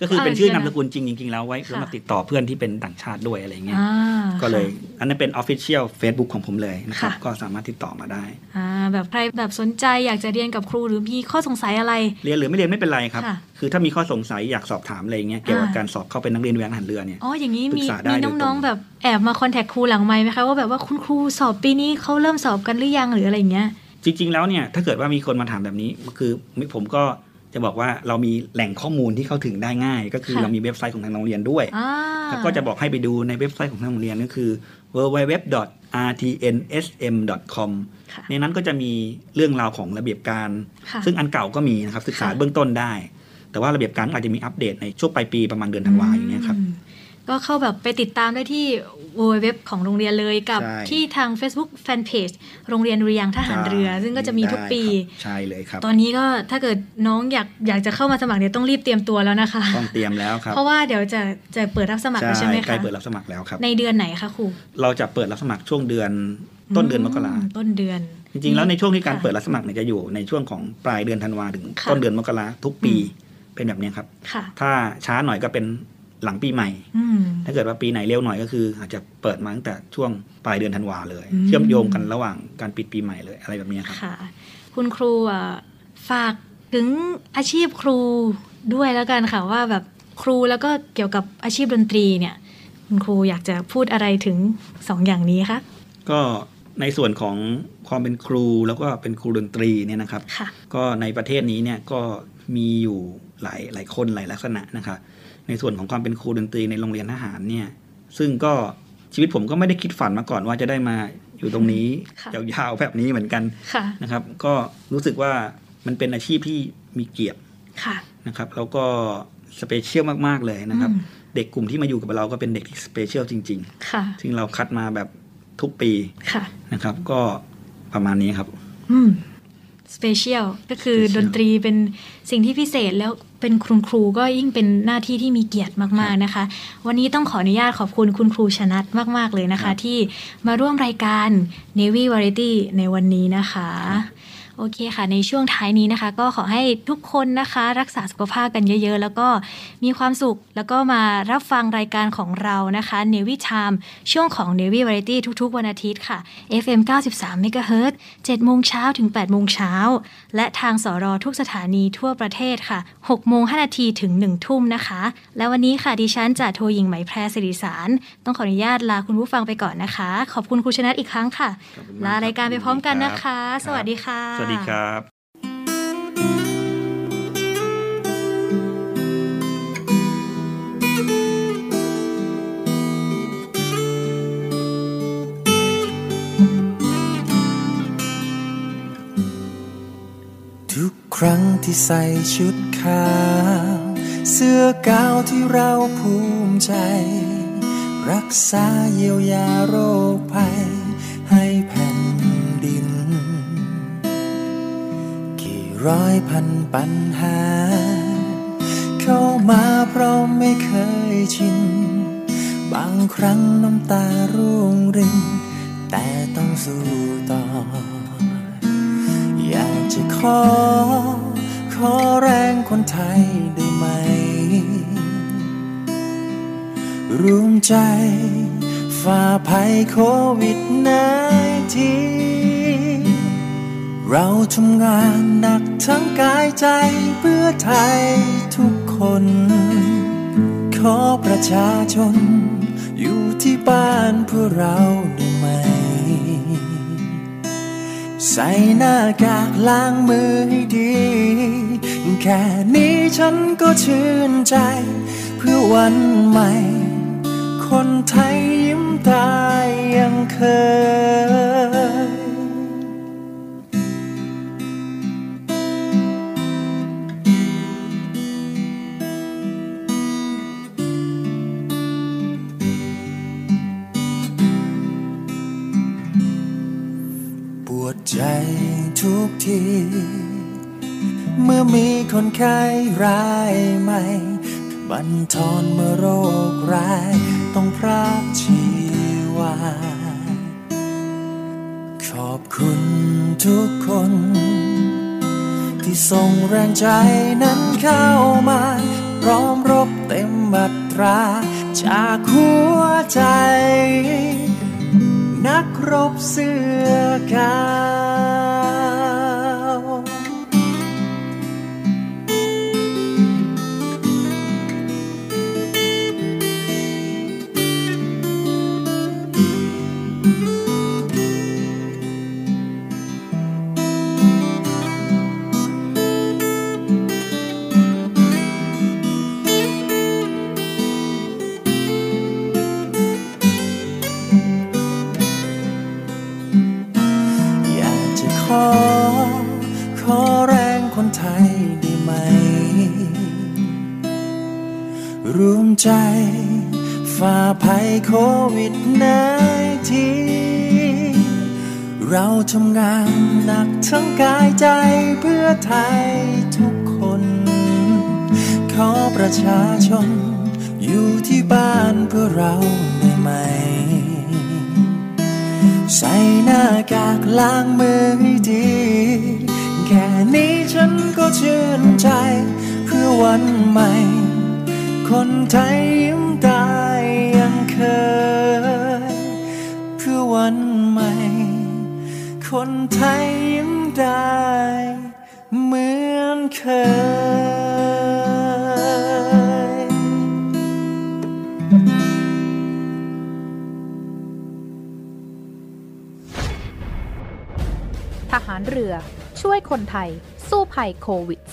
ก็คือเป็นชื่
อ่าน
อาน มส
เชื่อนะ
กุลจริงจริง ๆ แล้วไว้
ค่ะ
สำหรับติดต่อเพื่อนที่เป็นต่างชาติด้วยอะไรเงี้ย
อ่า
ก็เลย
ค่ะ
อันนั้นเป็น Official Facebook ของผมเลยนะครับ
ค่ะ
ก็สามารถติดต่อมาได้
อ่า แบบใครแบบสนใจอยากจะเรียนกับครูหรือมีข้อสงสัยอะไร
เรียนหรือไม่เรียนไม่เป็นไรครับ
ค่ะ
คือถ้ามีข้อสงสัยอยากสอบถามอะไรอย่างเงี้ยเกี่ยวกับ
อ่า
การสอบเข้าเป็นนักเรียนแวงหันเรือเนี่ย
อ๋อ อย่างนี้
ปรึ
มี
กษาได้
มี
โดยตรง
น้องๆแบบแอบมาคอนแทคครูหลังไมค์ไหมคะว่าแบบว่าคุณครูสอบปีนี้เขาเริ่มสอบกันหรือยังหรืออะไรอย่างเงี้ย
จริง ๆ แล้วเนี่ยถ้าเกิดว่ามีคนมาถามแบบนี้คือผมก็จะบอกว่าเรามีแหล่งข้อมูลที่เข้าถึงได้ง่าย ก็คือ
ค่ะ
เรามีเว็บไซต์ของทางโรงเรียนด้วย
อ่า
แล้วก็จะบอกให้ไปดูในเว็บไซต์ของทางโรงเรียนก็คือ www.rtnsm.com
ค่ะ
ในนั้นก็จะมีเรื่องราวของระเบียบการ
ค่ะ
ซึ่งอันเก่าก็มีนะครับศึกษา
ค่ะ
เบื้องต้นได้ แต่ว่าระเบียบการอาจจะมีอัปเดตในช่วงปลายปีประมาณเดือนธันวาอย่างเงี้ยครับ
อืมก็เข้าแบบไปติดตามได้ที่ เว็บของโรงเรียนเลยกับ
ใช่
ที่ทาง Facebook Fanpage โรงเรียนดุริยางค์ทหารเรือ ซึ่งก็จะมีทุกปี
ได้ครับใช่เลยครับ
ตอนนี้ก็ถ้าเกิดน้องอยากอยากจะเข้ามาสมัครเนี่ยต้องรีบเตรียมตัวแล้วนะคะ
ต้องเตรียมแล้วครับ
เพราะว่าเดี๋ยวจะจะเปิดรับสมัครแล้วใช่ไหม
ใกล้
คะ
เปิดรับสมัครแล้วครับ
ในเดือนไหนคะครู
เราจะเปิดรับสมัครช่วงเดือนต้นเดือนมกรา
อืต้นเดือน
จริงๆ แล้วในช่วงที่การ
ค่ะ
เปิดรับสมัครเนี่ยจะอยู่ในช่วงของปลายเดือนธันวาถึง
ค่ะ
ต้นเดือนมกราทุกปี
อื
เป็นแบบเนี้ยครับ
ค่ะ
ถ้าช้าหน่อยก็เป็นหลังปีใหม่
อืม
ถ้าเกิดว่าปีไหนเร็วหน่อยก็คือ อาจจะเปิดมาตั้งแต่ช่วงปลายเดือนธันวาเลย
อืม
เชื่อมโยงกันระหว่างการปิดปีใหม่เลยอะไรแบบเนี้ยครับ
ค่ะ คุณครูอ่ะฝากถึงอาชีพครูด้วยแล้วกันค่ะว่าแบบครูแล้วก็เกี่ยวกับอาชีพดนตรีเนี่ย คุณครูอยากจะพูดอะไรถึงสองอย่างนี้คะ
ก็ในส่วนของความเป็นครูแล้วก็เป็นครูดนตรีเนี่ยนะครับ
ค่ะ
ก็ในประเทศนี้เนี่ยก็มีอยู่หลายหลายคนหลายลักษณะนะคะในส่วนของความเป็นครูดนตรีในโรงเรียนทหารเนี่ยซึ่งก็ชีวิตผมก็ไม่ได้คิดฝันมาก่อนว่าจะได้มาอยู่ตรงนี้
ค่ะ
ยาวๆแบบนี้เหมือนกัน
ค่ะ
นะครับก็รู้สึกว่ามันเป็นอาชีพที่มีเกียรติ
ค่ะ
นะครับแล้วก็สเปเชียลมากๆเลยนะครับ
อืม
เด็กกลุ่มที่มาอยู่กับเราก็เป็นเด็กที่สเปเชียลจริง
ค่ะ
ๆ ซึ่งเราคัดมาแบบทุกปี
ค่ะ
นะครับก็ประมาณนี้ครับ
อืมสเปเชียลก็คือ
Special
ดนตรีเป็นสิ่งที่พิเศษแล้วเป็นคุณครูก็ยิ่งเป็นหน้าที่ที่มีเกียรติมากๆนะคะ วันนี้ต้องขออนุญาตขอบคุณคุณครูชนัทมาก ๆ เลยนะ
ครั
คะ
บ
ที่มาร่วมรายการ Navy Variety ในวันนี้นะคะ โอเคค่ะ ในช่วงท้ายนี้นะคะ ก็ขอให้ทุกคนนะคะ รักษาสุขภาพกันเยอะ ๆ แล้วก็มีความสุขแล้วก็มารับฟังรายการของเรานะคะ Navy Time ช่วงของ Navy Variety ทุกๆ วันอาทิตย์ค่ะ FM 93 MHz 7โมงเช้าถึง 8 โมงเช้า และทางสรทุกสถานีทั่วประเทศค่ะ 6 โมง 5 นาทีถึง 1 ทุ่มนะคะ และวันนี้ค่ะดิฉันจ่าโทหญิงไหมแพรสิริสาร ต้องขออนุญาตลาคุณผู้ฟังไปก่อนนะคะ ขอบคุณครูชนะอีกครั้งค่ะ
ขอบคุณมาก
ลารายการไปพร้อมกันนะ
ครั
คะ
บ
สวัสดีค่ะ
สวัสดีครับ
ทุกครั้งที่ใส่ชุดขาว เสื้อกาวที่เราภูมิใจ รักษาเยียวยาโรคภัย ให้แผ่นดิน กี่ร้อยพันปัญหา เข้ามาเพราะไม่เคยชิน บางครั้งน้ำตาร่วงริน แต่ต้องสู้ต่อ อยากจะขอ ขอแรงคนไทยได้ไหม รวมใจฝ่าภัยโควิดนทีเราทำงานหนักทั้งกายใจเพื่อไทยทุกคน ขอประชาชน อยู่ที่บ้านเพื่อเราได้ไหม ใส่หน้ากากล้างมือให้ดี แค่นี้ฉันก็ชื่นใจ เพื่อวันใหม่ คนไทยยิ้มตายยังเคย ปวดใจทุกที เมื่อมีคนไข้รายใหม่ บันทอนเมื่อโรคร้าย ต้องพรากชีวา ขอบคุณทุกคน ที่ส่งแรงใจนั้นเข้ามา พร้อมรบเต็มบัตรา จากหัวใจ นักรบเสื้อกาว อยากจะขอ ขอแรงคนไทยได้ไหม รวมใจ ฝ ฝ่าภัยโควิดนายทีเราทำงานหนักทั้งกายใจเพื่อไทยทุกคน ขอประชาชน อยู่ที่บ้านเพื่อเราได้ไหม ใส่หน้ากากล้างมือให้ดี แค่นี้ฉันก็ชื่นใจ เพื่อวันใหม่ คนไทยยิ้มได้ยังเคย เพื่อวันใหม่ คนไทยยิ้มได้เหมือนเคย
ทหารเรือ ช่วยคนไทย สู้ภัยโควิด -19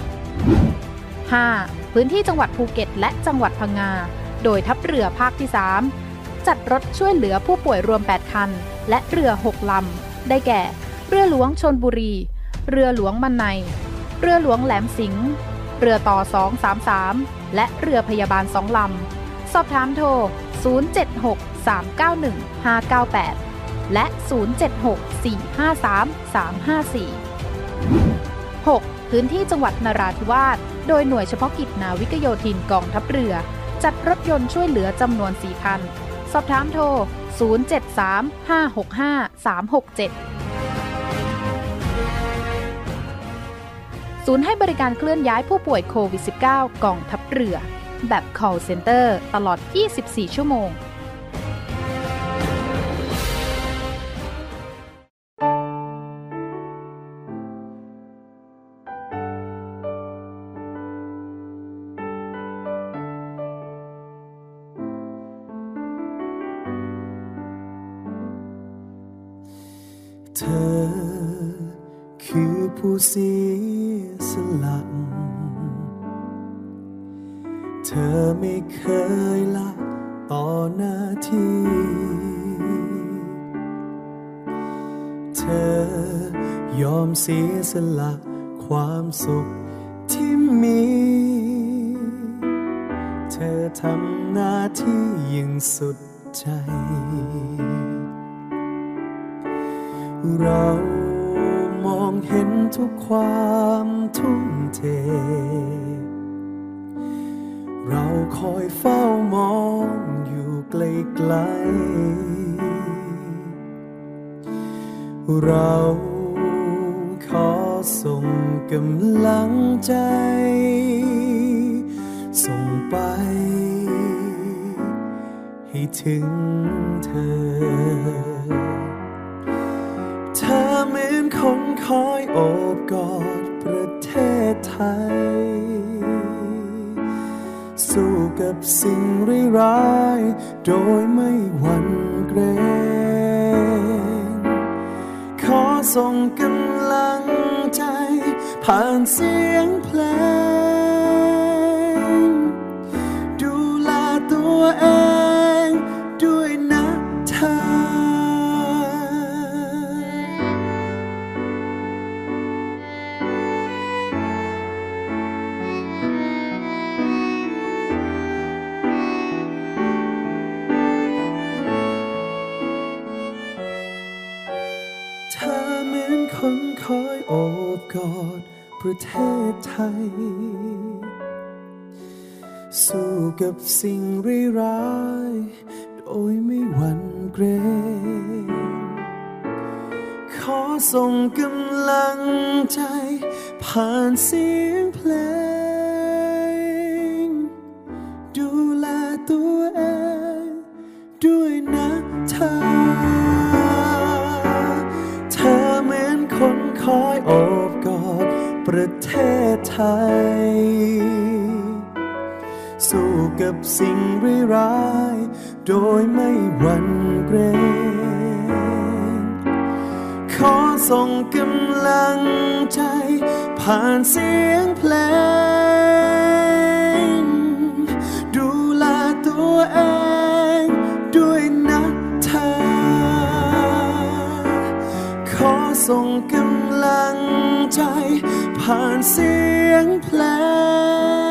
5. พื้นที่จังหวัดภูเก็ตและจังหวัดพังงา โดยทัพเรือภาคที่ 3 จัดรถช่วยเหลือผู้ป่วยรวม 8 คัน และเรือ 6 ลำ ได้แก่ เรือหลวงชนบุรี เรือหลวงมันใน เรือหลวงแหลมสิงห์ เรือต่อ 233 และเรือพยาบาล 2 ลำ สอบถามโทร 076 391 598 และ 076 453 354 6. พื้นที่จังหวัดนราธิวาส โดยหน่วยเฉพาะกิจนาวิกโยธินกองทัพเรือ จัดรถยนต์ช่วยเหลือจำนวน 4 คัน สอบถามโทร 073-565-367 ศูนย์ให้บริการเคลื่อนย้ายผู้ป่วยโควิด -19 กองทัพเรือ แบบ call center ตลอด 24 ชั่วโมง
เธอคือผู้เสียสละ เธอไม่เคยละต่อหน้าที่ เธอยอมเสียสละความสุขที่มี เธอทำหน้าที่อยิ่างสุดใจ เรามองเห็นทุกความทุ่มเท เราคอยเฝ้ามองอยู่ไกลไกลๆเราขอส่งกำลังใจ ส่งไป ให้ถึงเธอ เธอเหมือนคนคอยโอบกอดประเทศไทย สู้กับสิ่งร้ายๆโดยไม่หวั่นเกรงขอส่งกำลังใจ ผ่านเสียงเพลง ดูแลตัวเอง
นคนคอยโอบกอดประเทศไทย สู้กับสิ่งร้ายๆโดยไม่หวั่นเกรง ขอส่งกำลังใจ ผ่านเสียงเพลง ดูแลตัวเอง ด้วยนะเธอ เธอเหมือนคนคอยโอบกอดประเทศไทย สู้กับสิ่งร้ายๆโดยไม่หวั่นเกรง ขอส่งกำลังใจ ผ่านเสียงเพลง ดูแลตัวเอง ด้วยนะเธอ ขอส่งกำลังใจ ผ่านเสียงเพลง